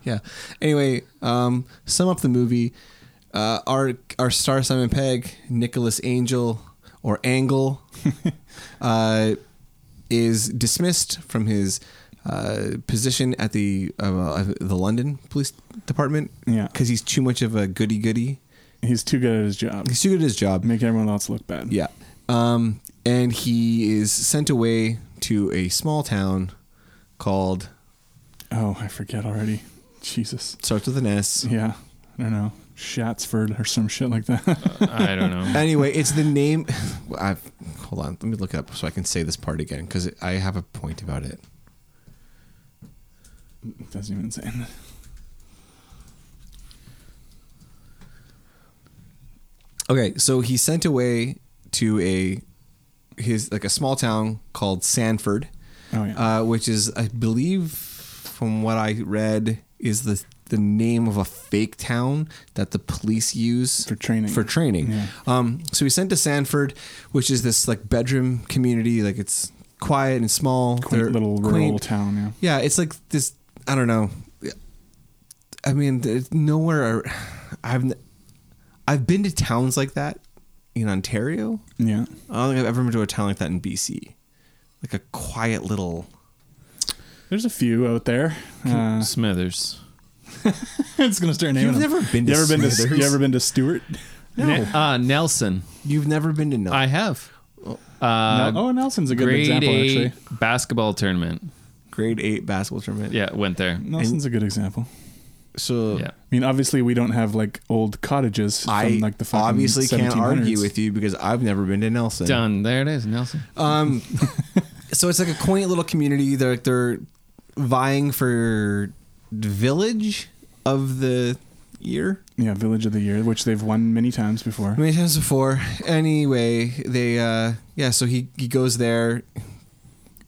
[SPEAKER 1] Yeah. Anyway, um, sum up the movie. Uh, our our star Simon Pegg, Nicholas Angel or Angle, uh, is dismissed from his uh, position at the uh, the London Police Department.
[SPEAKER 2] Yeah.
[SPEAKER 1] because he's too much of a goody goody.
[SPEAKER 2] he's too good at his job.
[SPEAKER 1] He's too good at his job.
[SPEAKER 2] Make everyone else look bad.
[SPEAKER 1] Yeah. Um, and he is sent away to a small town called
[SPEAKER 2] Oh, I forget already. Jesus.
[SPEAKER 1] starts with an S.
[SPEAKER 2] Yeah. I don't know. Shatsford or some shit like that.
[SPEAKER 1] Uh,
[SPEAKER 3] I don't know.
[SPEAKER 1] Anyway, it's the name. i hold on, let me look it up so I can say this part again because I have a point about it.
[SPEAKER 2] It doesn't even say. that.
[SPEAKER 1] Okay, so he's sent away to a his like a small town called Sanford,
[SPEAKER 2] Oh yeah.
[SPEAKER 1] uh, which is I believe from what I read is the the name of a fake town that the police use
[SPEAKER 2] For training.
[SPEAKER 1] for training.
[SPEAKER 2] Yeah.
[SPEAKER 1] Um, so he's sent to Sanford, which is this like bedroom community, like it's quiet and small,
[SPEAKER 2] quaint
[SPEAKER 1] They're
[SPEAKER 2] little rural
[SPEAKER 1] quaint.
[SPEAKER 2] town. Yeah.
[SPEAKER 1] Yeah, it's like this. I don't know. I mean, there's nowhere are- I've n- I've been to towns like that in Ontario.
[SPEAKER 2] Yeah.
[SPEAKER 1] I don't think I've ever been to a town like that in BC. Like a quiet little.
[SPEAKER 2] There's a few out there. Uh,
[SPEAKER 3] Smithers.
[SPEAKER 2] it's gonna start naming.
[SPEAKER 1] You've
[SPEAKER 2] them.
[SPEAKER 1] never been
[SPEAKER 2] You
[SPEAKER 1] to
[SPEAKER 2] ever been to?
[SPEAKER 1] Smithers?
[SPEAKER 2] You ever been to Stewart?
[SPEAKER 1] No,
[SPEAKER 3] Uh, Nelson.
[SPEAKER 1] you've never been to. No,
[SPEAKER 3] I have. Uh,
[SPEAKER 2] No- oh, Nelson's a good
[SPEAKER 3] grade
[SPEAKER 2] example
[SPEAKER 3] A
[SPEAKER 2] actually.
[SPEAKER 3] basketball tournament.
[SPEAKER 1] grade eight basketball tournament.
[SPEAKER 3] Yeah, went there.
[SPEAKER 2] Nelson's a good example.
[SPEAKER 1] So
[SPEAKER 3] Yeah.
[SPEAKER 2] I mean, obviously, we don't have like old cottages.
[SPEAKER 1] I
[SPEAKER 2] from, like the fucking
[SPEAKER 1] obviously can't
[SPEAKER 2] 1700s.
[SPEAKER 1] argue with you because I've never been to Nelson.
[SPEAKER 3] Done. There it is, Nelson.
[SPEAKER 1] Um, so it's like a quaint little community. They're they're vying for village of the year.
[SPEAKER 2] Yeah, Village of the Year, which they've won many times before.
[SPEAKER 1] Many times before. Anyway, they uh yeah, so he he goes there,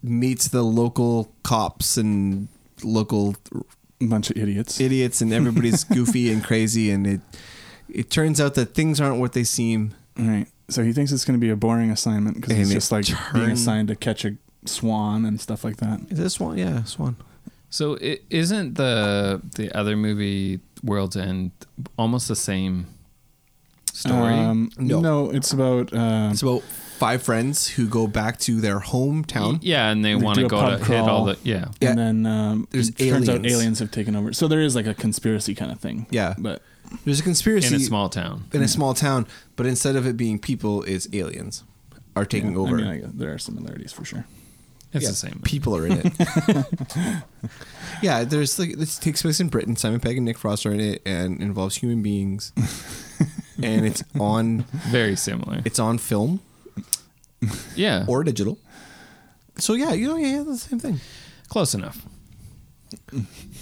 [SPEAKER 1] meets the local cops and local
[SPEAKER 2] A bunch of idiots.
[SPEAKER 1] idiots, and everybody's goofy and crazy, and it it turns out that things aren't what they seem.
[SPEAKER 2] right. So he thinks it's going to be a boring assignment because
[SPEAKER 1] And
[SPEAKER 2] it's
[SPEAKER 1] it
[SPEAKER 2] just like being
[SPEAKER 1] turn-
[SPEAKER 2] assigned to catch a swan and stuff like that.
[SPEAKER 1] Is this one? Yeah, this one.
[SPEAKER 3] So it isn't the the other movie World's End almost the same story?
[SPEAKER 2] Um,
[SPEAKER 1] No.
[SPEAKER 2] no, it's about um,
[SPEAKER 1] It's about five friends who go back to their hometown.
[SPEAKER 3] yeah, and
[SPEAKER 2] They
[SPEAKER 3] they want to
[SPEAKER 2] do a
[SPEAKER 3] go
[SPEAKER 2] pub
[SPEAKER 3] to hit all
[SPEAKER 2] crawl.
[SPEAKER 3] the yeah.
[SPEAKER 1] Yeah.
[SPEAKER 2] and then um,
[SPEAKER 1] There's
[SPEAKER 2] it turns out
[SPEAKER 1] aliens.
[SPEAKER 2] aliens have taken over. So there is like a conspiracy kind of thing.
[SPEAKER 1] Yeah.
[SPEAKER 2] but
[SPEAKER 1] There's a conspiracy
[SPEAKER 3] in a small town.
[SPEAKER 1] in a small town, but instead of it being people, it's aliens are taking
[SPEAKER 2] yeah,
[SPEAKER 1] over.
[SPEAKER 2] I mean, I, there are similarities for sure.
[SPEAKER 3] It's
[SPEAKER 1] Yeah,
[SPEAKER 3] the same.
[SPEAKER 1] People are in it. yeah, there's like this takes place in Britain. Simon Pegg and Nick Frost are in it, and involves human beings. and it's on
[SPEAKER 3] Very similar.
[SPEAKER 1] it's on film
[SPEAKER 3] Yeah.
[SPEAKER 1] or digital. So yeah, you know, yeah, yeah, the same thing.
[SPEAKER 3] close enough.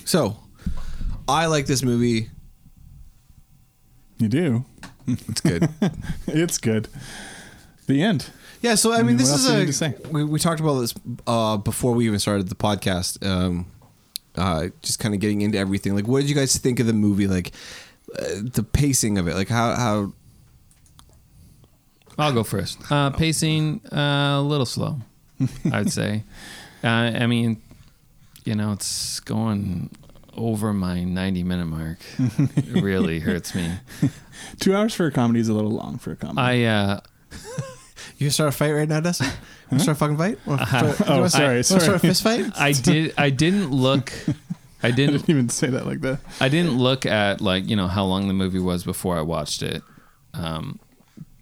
[SPEAKER 1] So I like this movie.
[SPEAKER 2] You do.
[SPEAKER 1] It's good.
[SPEAKER 2] It's good. The end.
[SPEAKER 1] Yeah, so I,
[SPEAKER 2] mean,
[SPEAKER 1] mean, this
[SPEAKER 2] what
[SPEAKER 1] is
[SPEAKER 2] else do you
[SPEAKER 1] a
[SPEAKER 2] need to say?
[SPEAKER 1] we, we talked about this uh, before we even started the podcast. Um, uh, just kind of getting into everything. Like, what did you guys think of the movie? Like, uh, the pacing of it. Like, how how
[SPEAKER 3] I'll go first. Uh, pacing uh, a little slow. I would say. Uh, I mean, you know, it's going over my 90 minute mark. it really hurts me.
[SPEAKER 2] Two hours for a comedy is a little long for a comedy.
[SPEAKER 3] I uh,
[SPEAKER 1] You start a fight right now, Dustin? You start a fucking fight? Wanna start- you
[SPEAKER 2] oh,
[SPEAKER 1] wanna
[SPEAKER 2] sorry,
[SPEAKER 1] wanna start a
[SPEAKER 2] sorry.
[SPEAKER 1] fist fight?
[SPEAKER 3] I did I didn't look I
[SPEAKER 2] I
[SPEAKER 3] didn't
[SPEAKER 2] didn't even say that like that.
[SPEAKER 3] I didn't look at like you know how long the movie was before I watched it, um,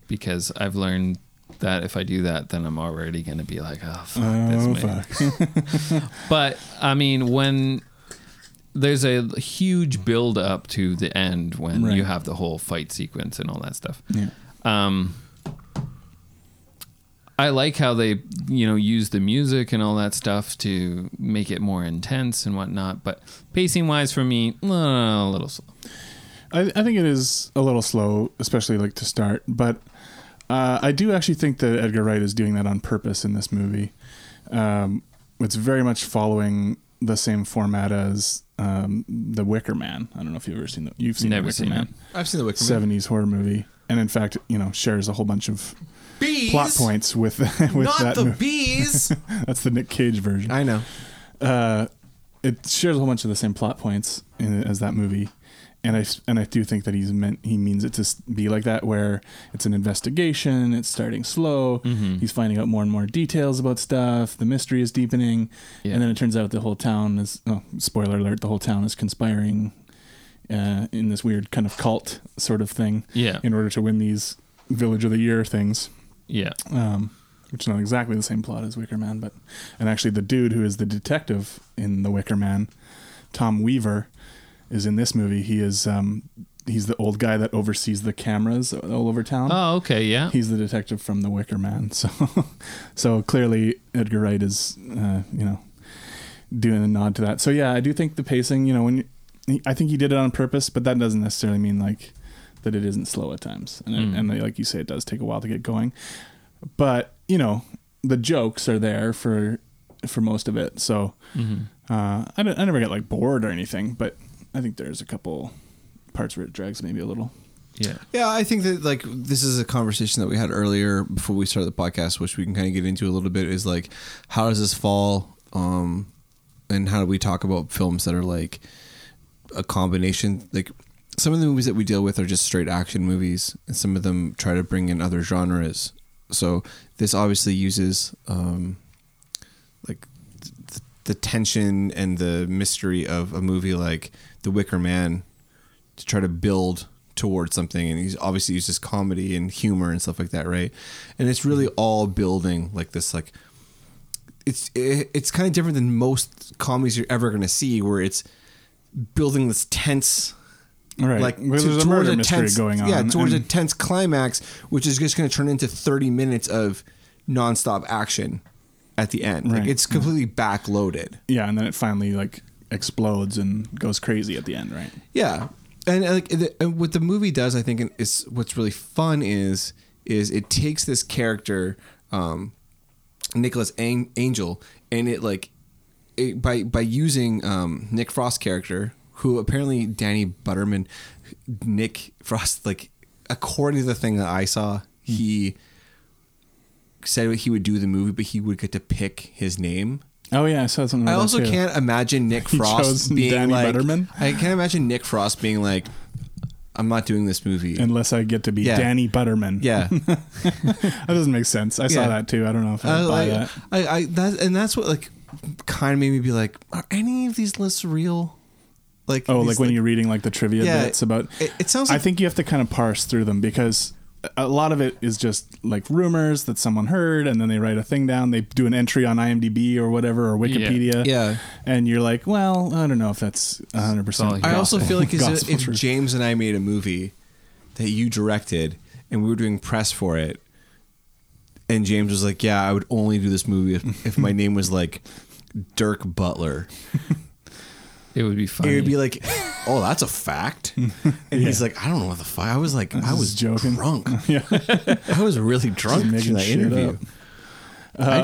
[SPEAKER 3] because I've learned that if I do that, then I'm already gonna be like, oh fuck, this
[SPEAKER 2] Oh,
[SPEAKER 3] movie.
[SPEAKER 2] fuck.
[SPEAKER 3] But I mean, when there's a huge build up to the end when
[SPEAKER 2] Right.
[SPEAKER 3] you have the whole fight sequence and all that stuff.
[SPEAKER 2] Yeah.
[SPEAKER 3] Um, I like how they, you know, use the music and all that stuff to make it more intense and whatnot. But pacing wise, for me, uh, a little slow.
[SPEAKER 2] I, I think it is a little slow, especially like to start, but uh, I do actually think that Edgar Wright is doing that on purpose in this movie. Um, it's very much following the same format as um, the Wicker Man. I don't know if you've ever seen the you've seen the
[SPEAKER 3] Never
[SPEAKER 2] Wicker
[SPEAKER 3] seen
[SPEAKER 2] Man,
[SPEAKER 3] it.
[SPEAKER 1] I've seen the Wicker Man.
[SPEAKER 2] seventies horror movie, and in fact, you know, shares a whole bunch of
[SPEAKER 1] Bees!
[SPEAKER 2] plot points with with
[SPEAKER 1] Not
[SPEAKER 2] that
[SPEAKER 1] the
[SPEAKER 2] movie.
[SPEAKER 1] bees!
[SPEAKER 2] That's the Nick Cage version
[SPEAKER 1] I know.
[SPEAKER 2] uh, it shares a whole bunch of the same plot points in, as that movie, and I and I do think that he's meant he means it to s- be like that, where it's an investigation, it's starting slow, he's finding out more and more details about stuff, the mystery is deepening,
[SPEAKER 3] Yeah.
[SPEAKER 2] and then it turns out the whole town is oh, spoiler alert, the whole town is conspiring uh, in this weird kind of cult sort of thing
[SPEAKER 3] Yeah.
[SPEAKER 2] in order to win these village of the year things
[SPEAKER 3] Yeah.
[SPEAKER 2] um, which is not exactly the same plot as Wicker Man, but and actually the dude who is the detective in the Wicker Man, Tom Weaver, is in this movie. He is um, he's the old guy that oversees the cameras all over town.
[SPEAKER 3] Oh, okay. Yeah.
[SPEAKER 2] He's the detective from the Wicker Man, so so clearly Edgar Wright is uh, you know doing a nod to that. So yeah, I do think the pacing. You know, when you, I think he did it on purpose, but that doesn't necessarily mean like that it isn't slow at times. And
[SPEAKER 3] Mm.
[SPEAKER 2] it, and like you say, it does take a while to get going. But you know, the jokes are there for for most of it. So
[SPEAKER 3] Mhm.
[SPEAKER 2] uh, I don't, I never got like bored or anything, but I think there's a couple parts where it drags maybe a little.
[SPEAKER 3] Yeah.
[SPEAKER 1] Yeah, I think that like this is a conversation that we had earlier before we started the podcast, which we can kind of get into a little bit. Is like, how does this fall, um, and how do we talk about films that are like a combination? Like some of the movies that we deal with are just straight action movies, and some of them try to bring in other genres. So this obviously uses um, like th- the tension and the mystery of a movie like The Wicker Man to try to build towards something and he's obviously uses comedy and humor and stuff like that right and it's really all building like this like it's it, it's kind of different than most comedies you're ever going to see where it's building this tense
[SPEAKER 2] Right.
[SPEAKER 1] like
[SPEAKER 2] Well,
[SPEAKER 1] to-
[SPEAKER 2] there's a
[SPEAKER 1] towards
[SPEAKER 2] murder mystery
[SPEAKER 1] tense-
[SPEAKER 2] going on.
[SPEAKER 1] Yeah, towards
[SPEAKER 2] and-
[SPEAKER 1] a tense climax, which is just going to turn into 30 minutes of nonstop action at the end. Like
[SPEAKER 2] Right. Mm.
[SPEAKER 1] it's completely backloaded.
[SPEAKER 2] yeah, and then it finally like explodes and goes crazy at the end, right?
[SPEAKER 1] Yeah, and uh, like the, and what the movie does, I think, is what's really fun is is it takes this character, um, Nicholas Ang- Angel, and it like it, by by using um, Nick Frost's character, who apparently Danny Butterman, Nick Frost, like according to the thing that I saw, he said what he would do in the movie, but he would get to pick his name.
[SPEAKER 2] Oh yeah, I saw something.
[SPEAKER 1] I
[SPEAKER 2] About
[SPEAKER 1] also
[SPEAKER 2] that, too.
[SPEAKER 1] can't imagine Nick
[SPEAKER 2] He chose
[SPEAKER 1] Frost being
[SPEAKER 2] Danny
[SPEAKER 1] like.
[SPEAKER 2] Butterman?
[SPEAKER 1] I can't imagine Nick Frost being like, "I'm not doing this movie."
[SPEAKER 2] unless I get to be
[SPEAKER 1] Yeah.
[SPEAKER 2] Danny Butterman.
[SPEAKER 1] yeah,
[SPEAKER 2] that doesn't make sense. I saw
[SPEAKER 1] Yeah.
[SPEAKER 2] that too. I don't know if I
[SPEAKER 1] I,
[SPEAKER 2] would
[SPEAKER 1] Uh,
[SPEAKER 2] buy
[SPEAKER 1] like,
[SPEAKER 2] that.
[SPEAKER 1] I, I that and that's what like kind of made me be like, "Are any of these lists real?" Like,
[SPEAKER 2] Oh,
[SPEAKER 1] these,
[SPEAKER 2] like when you're reading like the trivia
[SPEAKER 1] Yeah,
[SPEAKER 2] bits about.
[SPEAKER 1] it- it sounds
[SPEAKER 2] I
[SPEAKER 1] like-
[SPEAKER 2] think you have to kind of parse through them because a lot of it is just like rumors that someone heard, and then they write a thing down. They do an entry on IMDb or whatever or Wikipedia.
[SPEAKER 1] Yeah.
[SPEAKER 2] And you're like, well, I don't know if that's 100.
[SPEAKER 3] It's all
[SPEAKER 2] percent
[SPEAKER 1] I
[SPEAKER 3] Gospel.
[SPEAKER 1] also feel like is it,
[SPEAKER 2] Gospel
[SPEAKER 1] if
[SPEAKER 2] truth.
[SPEAKER 1] James and I made a movie that you directed and we were doing press for it, and James was like, "Yeah, I would only do this movie if, if my name was like Dirk Butler."
[SPEAKER 3] It would be funny.
[SPEAKER 1] It would be like, oh, that's a fact. And he's like, I don't know what the fuck. I was like, I
[SPEAKER 2] is
[SPEAKER 1] was
[SPEAKER 2] joking.
[SPEAKER 1] drunk.
[SPEAKER 2] Yeah.
[SPEAKER 1] I was really drunk
[SPEAKER 2] Just
[SPEAKER 1] in
[SPEAKER 2] making
[SPEAKER 1] that
[SPEAKER 2] shit
[SPEAKER 1] interview.
[SPEAKER 2] up.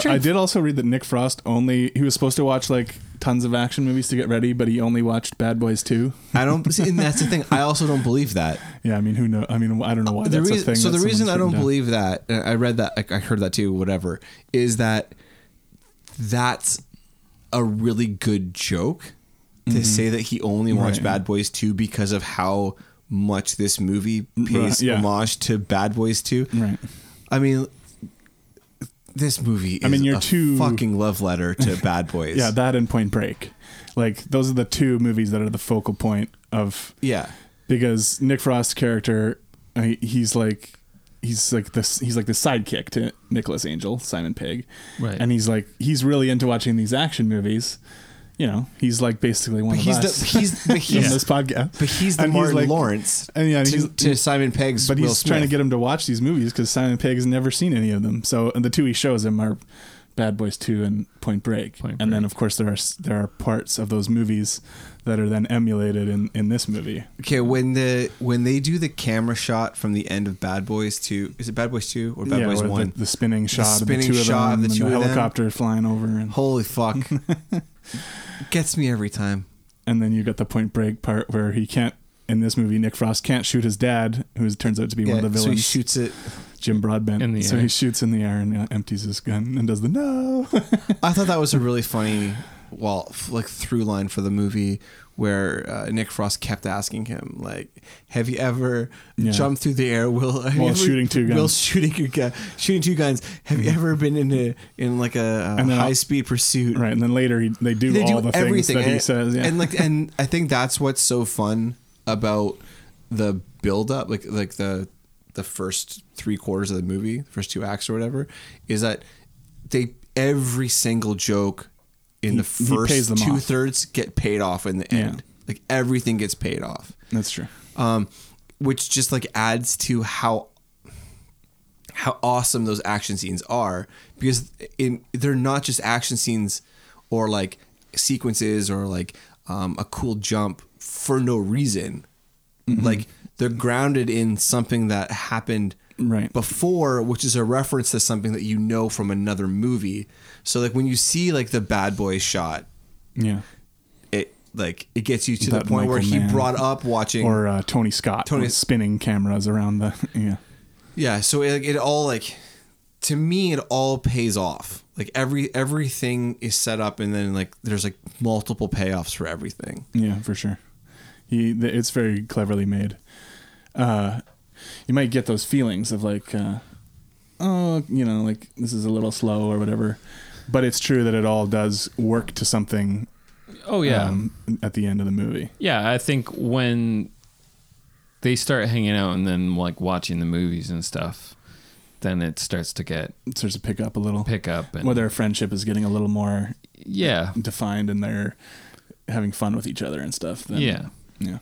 [SPEAKER 2] Uh, I, did also read that Nick Frost only he was supposed to watch like tons of action movies to get ready, but he only watched Bad Boys 2.
[SPEAKER 1] I don't, see, and that's the thing. I also don't believe that.
[SPEAKER 2] Yeah, I mean, who know? I mean, I don't know why
[SPEAKER 1] the
[SPEAKER 2] that's
[SPEAKER 1] reason,
[SPEAKER 2] a thing.
[SPEAKER 1] so
[SPEAKER 2] that
[SPEAKER 1] the reason I don't
[SPEAKER 2] someone's written down.
[SPEAKER 1] believe that, and I read that, I I heard that too, whatever, is that that's a really good joke to say that he only watched
[SPEAKER 2] Mm-hmm. Right.
[SPEAKER 1] Bad Boys 2 because of how much this movie pays
[SPEAKER 2] Right, yeah.
[SPEAKER 1] homage to Bad Boys 2.
[SPEAKER 2] Right.
[SPEAKER 1] I mean, this movie is
[SPEAKER 2] I mean, you're
[SPEAKER 1] a
[SPEAKER 2] too-
[SPEAKER 1] fucking love letter to Bad Boys.
[SPEAKER 2] Yeah, that and Point Break. Like those are the two movies that are the focal point of
[SPEAKER 1] yeah.
[SPEAKER 2] because Nick Frost's character, I- he's like he's like this he's like the sidekick to Nicholas Angel, Simon Pegg.
[SPEAKER 3] Right.
[SPEAKER 2] And he's like he's really into watching these action movies. You know, he's like basically one
[SPEAKER 1] But
[SPEAKER 2] of
[SPEAKER 1] he's
[SPEAKER 2] us
[SPEAKER 1] the he's but
[SPEAKER 2] on
[SPEAKER 1] he's
[SPEAKER 2] this podcast.
[SPEAKER 1] but he's the
[SPEAKER 2] And
[SPEAKER 1] Martin
[SPEAKER 2] like-
[SPEAKER 1] Lawrence
[SPEAKER 2] and yeah, and
[SPEAKER 1] to,
[SPEAKER 2] he's-
[SPEAKER 1] to Simon Pegg's
[SPEAKER 2] But
[SPEAKER 1] Will
[SPEAKER 2] he's trying to
[SPEAKER 1] Smith.
[SPEAKER 2] get him to watch these movies because Simon Pegg's never seen any of them. So and the two he shows him are Bad Boys Two and Point Break.
[SPEAKER 3] Point
[SPEAKER 2] And then
[SPEAKER 3] Break.
[SPEAKER 2] of course there are s- there are parts of those movies that are then emulated in in this movie.
[SPEAKER 1] Okay, when the when they do the camera shot from the end of Bad Boys Two, is it Bad Boys Two or Bad
[SPEAKER 2] yeah,
[SPEAKER 1] Boys
[SPEAKER 2] or the-
[SPEAKER 1] One?
[SPEAKER 2] The, spinning shot,
[SPEAKER 1] spinning
[SPEAKER 2] of the two
[SPEAKER 1] shot
[SPEAKER 2] of them,
[SPEAKER 1] of the two
[SPEAKER 2] and
[SPEAKER 1] of
[SPEAKER 2] the
[SPEAKER 1] them.
[SPEAKER 2] helicopter flying over, and
[SPEAKER 1] Holy fuck, gets me every time.
[SPEAKER 2] and then you got the Point Break part where he can't. In this movie, Nick Frost can't shoot his dad, who turns out to be one of the
[SPEAKER 1] so he
[SPEAKER 2] villains,
[SPEAKER 1] shoots it.
[SPEAKER 2] Jim Broadbent.
[SPEAKER 3] In the
[SPEAKER 2] so
[SPEAKER 3] air.
[SPEAKER 2] he shoots in the air and uh, empties his gun and does the no.
[SPEAKER 1] I thought that was a really funny, well, f- like through line for the movie where uh, Nick Frost kept asking him, like, "Have you ever
[SPEAKER 2] Yeah.
[SPEAKER 1] jumped through the air while, have you
[SPEAKER 2] While
[SPEAKER 1] ever-
[SPEAKER 2] shooting two
[SPEAKER 1] While
[SPEAKER 2] guns. Mm-hmm.
[SPEAKER 1] shooting your gun, shooting two guns. Have you ever been in a in like a,
[SPEAKER 2] And then I'll-
[SPEAKER 1] high speed pursuit?
[SPEAKER 2] right, and then later he, they do
[SPEAKER 1] They
[SPEAKER 2] all
[SPEAKER 1] do
[SPEAKER 2] the things
[SPEAKER 1] everything,
[SPEAKER 2] that
[SPEAKER 1] and,
[SPEAKER 2] he says. Yeah.
[SPEAKER 1] and like, and I think that's what's so fun about the build up, like, like the the first three quarters of the movie, the first two acts or whatever, is that they every single joke in
[SPEAKER 2] He-
[SPEAKER 1] the
[SPEAKER 2] he pays
[SPEAKER 1] first
[SPEAKER 2] them off.
[SPEAKER 1] two thirds get paid off in the
[SPEAKER 2] Yeah.
[SPEAKER 1] end. Like everything gets paid off
[SPEAKER 2] That's true.
[SPEAKER 1] um, which just like adds to how how awesome those action scenes are because in they're not just action scenes or like sequences or like um, a cool jump for no reason.
[SPEAKER 2] Mm-hmm.
[SPEAKER 1] Like they're grounded in something that happened
[SPEAKER 2] Right.
[SPEAKER 1] before, which is a reference to something that you know from another movie. So like when you see like the bad boy shot,
[SPEAKER 2] Yeah.
[SPEAKER 1] it like it gets you to
[SPEAKER 2] That
[SPEAKER 1] the point where
[SPEAKER 2] Michael
[SPEAKER 1] he
[SPEAKER 2] Mann.
[SPEAKER 1] brought up watching
[SPEAKER 2] Or uh, Tony Scott,
[SPEAKER 1] Tony-
[SPEAKER 2] with spinning cameras around the yeah.
[SPEAKER 1] Yeah, so it, it all like to me it all pays off. Like every everything is set up and then like there's like multiple payoffs for everything.
[SPEAKER 2] Yeah, for sure. He, th- it's very cleverly made. Uh, you might get those feelings of like, uh, oh, you know, like this is a little slow or whatever, but it's true that it all does work to something.
[SPEAKER 3] oh yeah.
[SPEAKER 2] um, at the end of the movie.
[SPEAKER 3] Yeah, I think when they start hanging out and then like watching the movies and stuff, then it starts to get
[SPEAKER 2] It starts to pick up a little.
[SPEAKER 3] pick up and
[SPEAKER 2] where their friendship is getting a little more
[SPEAKER 3] yeah,
[SPEAKER 2] defined, and they're having fun with each other and stuff. Then,
[SPEAKER 3] Yeah.
[SPEAKER 2] yeah,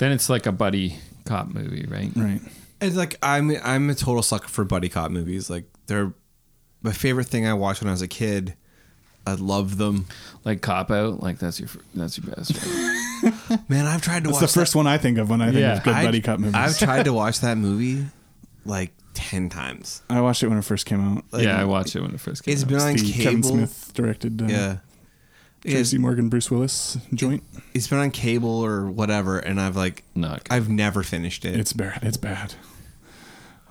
[SPEAKER 3] then it's like a buddy cop movie, right?
[SPEAKER 2] right.
[SPEAKER 1] And like I'm I'm a total sucker for buddy cop movies. Like they're my favorite thing I watched when I was a kid. I love them.
[SPEAKER 3] Like cop out, like that's your fir- that's your best. Right?
[SPEAKER 1] Man, I've tried to
[SPEAKER 2] That's
[SPEAKER 1] watch
[SPEAKER 2] the first one I think of when I think
[SPEAKER 3] Yeah.
[SPEAKER 2] of good
[SPEAKER 1] I-
[SPEAKER 2] buddy cop movies.
[SPEAKER 1] I've tried to watch that movie like 10 times.
[SPEAKER 2] I watched it when it first came out.
[SPEAKER 1] Like,
[SPEAKER 3] yeah, I watched it when it first came
[SPEAKER 1] It's
[SPEAKER 3] out.
[SPEAKER 1] been on
[SPEAKER 2] It's the Kevin
[SPEAKER 1] cable.
[SPEAKER 2] Smith directed. Uh,
[SPEAKER 1] yeah. Yeah,
[SPEAKER 2] Tracy Morgan, Bruce Willis joint.
[SPEAKER 1] it's been on cable or whatever and I've like
[SPEAKER 3] Not good.
[SPEAKER 1] I've never finished it.
[SPEAKER 2] It's bad. It's bad.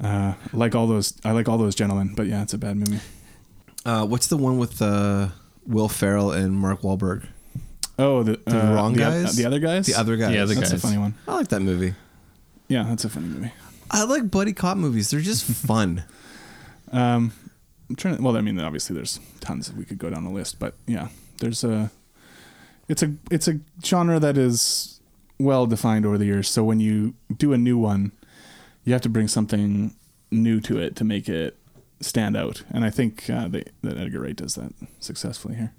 [SPEAKER 2] Uh, like all those, I like all those gentlemen, but yeah, it's a bad movie.
[SPEAKER 1] Uh, what's the one with uh, Will Ferrell and Mark Wahlberg?
[SPEAKER 2] Oh, the,
[SPEAKER 1] The
[SPEAKER 2] uh,
[SPEAKER 1] wrong
[SPEAKER 2] the, oth-
[SPEAKER 1] guys.
[SPEAKER 2] the other guys,
[SPEAKER 1] The other guys.
[SPEAKER 3] The other
[SPEAKER 2] That's a
[SPEAKER 3] guys.
[SPEAKER 2] funny one.
[SPEAKER 1] I like that movie.
[SPEAKER 2] Yeah, that's a funny movie.
[SPEAKER 1] I like buddy cop movies. They're just fun.
[SPEAKER 2] Um, I'm trying to. Well, I mean, obviously, there's tons that we could go down the list, but yeah, there's a. It's a it's a genre that is well defined over the years. So when you do a new one, you have to bring something new to it to make it stand out. And I think uh, they, that Edgar Wright does that successfully here.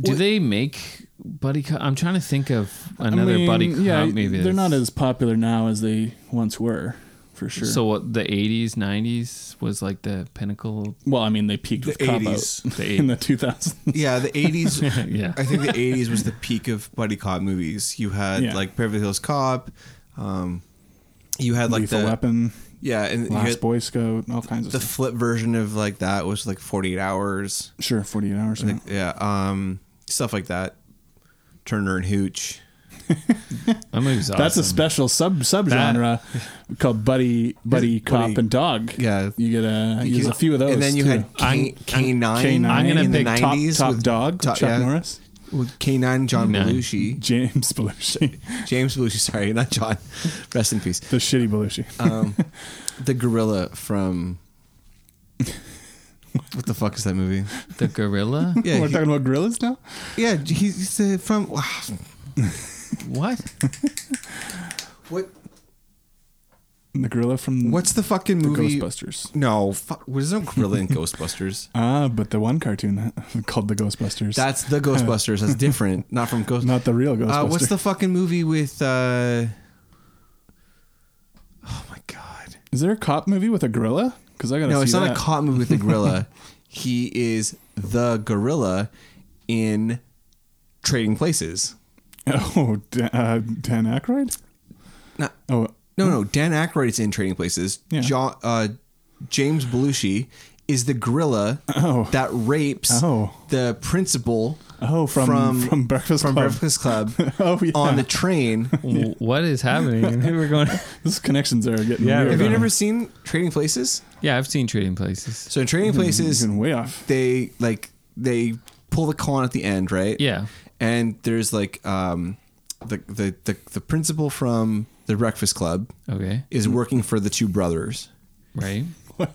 [SPEAKER 3] Do
[SPEAKER 1] What-
[SPEAKER 3] they make buddy cop? I'm trying to think of another
[SPEAKER 2] I mean,
[SPEAKER 3] buddy cop
[SPEAKER 2] yeah,
[SPEAKER 3] movie.
[SPEAKER 2] They're
[SPEAKER 3] that's-
[SPEAKER 2] not as popular now as they once were, for sure.
[SPEAKER 3] So what the 80s, 90s was like the pinnacle.
[SPEAKER 2] well, I mean, they peaked
[SPEAKER 1] The
[SPEAKER 2] with Cop
[SPEAKER 1] 80s.
[SPEAKER 2] Out
[SPEAKER 3] The
[SPEAKER 2] in the 2000s.
[SPEAKER 1] Yeah, the eighties.
[SPEAKER 3] Yeah.
[SPEAKER 1] I think the eighties was the peak of buddy cop movies. You had
[SPEAKER 2] Yeah.
[SPEAKER 1] like Beverly Hills Cop. Um, you had like
[SPEAKER 2] Lethal
[SPEAKER 1] the
[SPEAKER 2] Weapon,
[SPEAKER 1] yeah, and you
[SPEAKER 2] Last
[SPEAKER 1] had
[SPEAKER 2] Boy Scout, all kinds of
[SPEAKER 1] the
[SPEAKER 2] stuff.
[SPEAKER 1] flip version of like that was like Forty Eight Hours.
[SPEAKER 2] Sure, 48 hours.
[SPEAKER 1] Like, yeah, um, stuff like that. Turner and Hooch.
[SPEAKER 3] That movie's awesome.
[SPEAKER 2] That's a special sub subgenre called buddy buddy cop
[SPEAKER 1] buddy-
[SPEAKER 2] and dog.
[SPEAKER 1] Yeah.
[SPEAKER 2] you get a you use a few of those.
[SPEAKER 1] And then you
[SPEAKER 2] too.
[SPEAKER 1] had K-
[SPEAKER 3] I'm-
[SPEAKER 1] K9.
[SPEAKER 2] K9
[SPEAKER 3] I'm gonna
[SPEAKER 1] in the
[SPEAKER 3] pick
[SPEAKER 2] top
[SPEAKER 1] 90s
[SPEAKER 2] top
[SPEAKER 1] with
[SPEAKER 2] dog
[SPEAKER 1] Top-
[SPEAKER 2] Chuck
[SPEAKER 1] yeah.
[SPEAKER 2] Norris,
[SPEAKER 1] with K9 John
[SPEAKER 3] Nine.
[SPEAKER 1] Belushi.
[SPEAKER 2] James Belushi,
[SPEAKER 1] James Belushi, sorry, not John. Rest in peace.
[SPEAKER 2] the shitty Belushi.
[SPEAKER 1] Um, the gorilla from. What the fuck is that movie?
[SPEAKER 3] the gorilla.
[SPEAKER 1] Yeah,
[SPEAKER 2] We're
[SPEAKER 1] he-
[SPEAKER 2] talking about gorillas now.
[SPEAKER 1] yeah, he's uh, from. Wow.
[SPEAKER 3] What?
[SPEAKER 1] What?
[SPEAKER 2] The gorilla from
[SPEAKER 1] What's the fucking
[SPEAKER 2] the
[SPEAKER 1] movie?
[SPEAKER 2] Ghostbusters?
[SPEAKER 1] No, fuck. Was there no gorilla in Ghostbusters?
[SPEAKER 2] Ah, but the one cartoon called the Ghostbusters.
[SPEAKER 1] That's the Ghostbusters. That's different. Not from Ghost.
[SPEAKER 2] not the real
[SPEAKER 1] Uh,
[SPEAKER 2] Ghostbusters.
[SPEAKER 1] what's the fucking movie with? uh Oh my god!
[SPEAKER 2] Is there a cop movie with a gorilla? Because I gotta
[SPEAKER 1] No,
[SPEAKER 2] see
[SPEAKER 1] it's not
[SPEAKER 2] that.
[SPEAKER 1] a cop movie with a gorilla. he is the gorilla in Trading Places.
[SPEAKER 2] Oh, Dan, uh, Dan Aykroyd.
[SPEAKER 1] Not,
[SPEAKER 2] Oh,
[SPEAKER 1] no, no. Dan Aykroyd is in Trading Places.
[SPEAKER 2] Yeah.
[SPEAKER 1] Jo- uh, James Belushi is the gorilla
[SPEAKER 2] Oh.
[SPEAKER 1] that rapes
[SPEAKER 2] Oh.
[SPEAKER 1] the principal.
[SPEAKER 2] oh, from from, Breakfast
[SPEAKER 1] from
[SPEAKER 2] Club.
[SPEAKER 1] Breakfast Club
[SPEAKER 2] Oh, yeah.
[SPEAKER 1] on the train.
[SPEAKER 3] W- What is happening? Who we're going?
[SPEAKER 2] Those connections are getting
[SPEAKER 3] Yeah,
[SPEAKER 2] weird.
[SPEAKER 1] Have you
[SPEAKER 3] Uh-huh.
[SPEAKER 1] never seen Trading Places?
[SPEAKER 3] Yeah, I've seen Trading Places.
[SPEAKER 1] So in Trading
[SPEAKER 2] Mm-hmm.
[SPEAKER 1] Places,
[SPEAKER 2] Even way off.
[SPEAKER 1] they like they pull the con at the end, right?
[SPEAKER 3] Yeah.
[SPEAKER 1] And there's like um the the the, the principal from the Breakfast Club
[SPEAKER 3] Okay.
[SPEAKER 1] is working for the two brothers.
[SPEAKER 3] Right.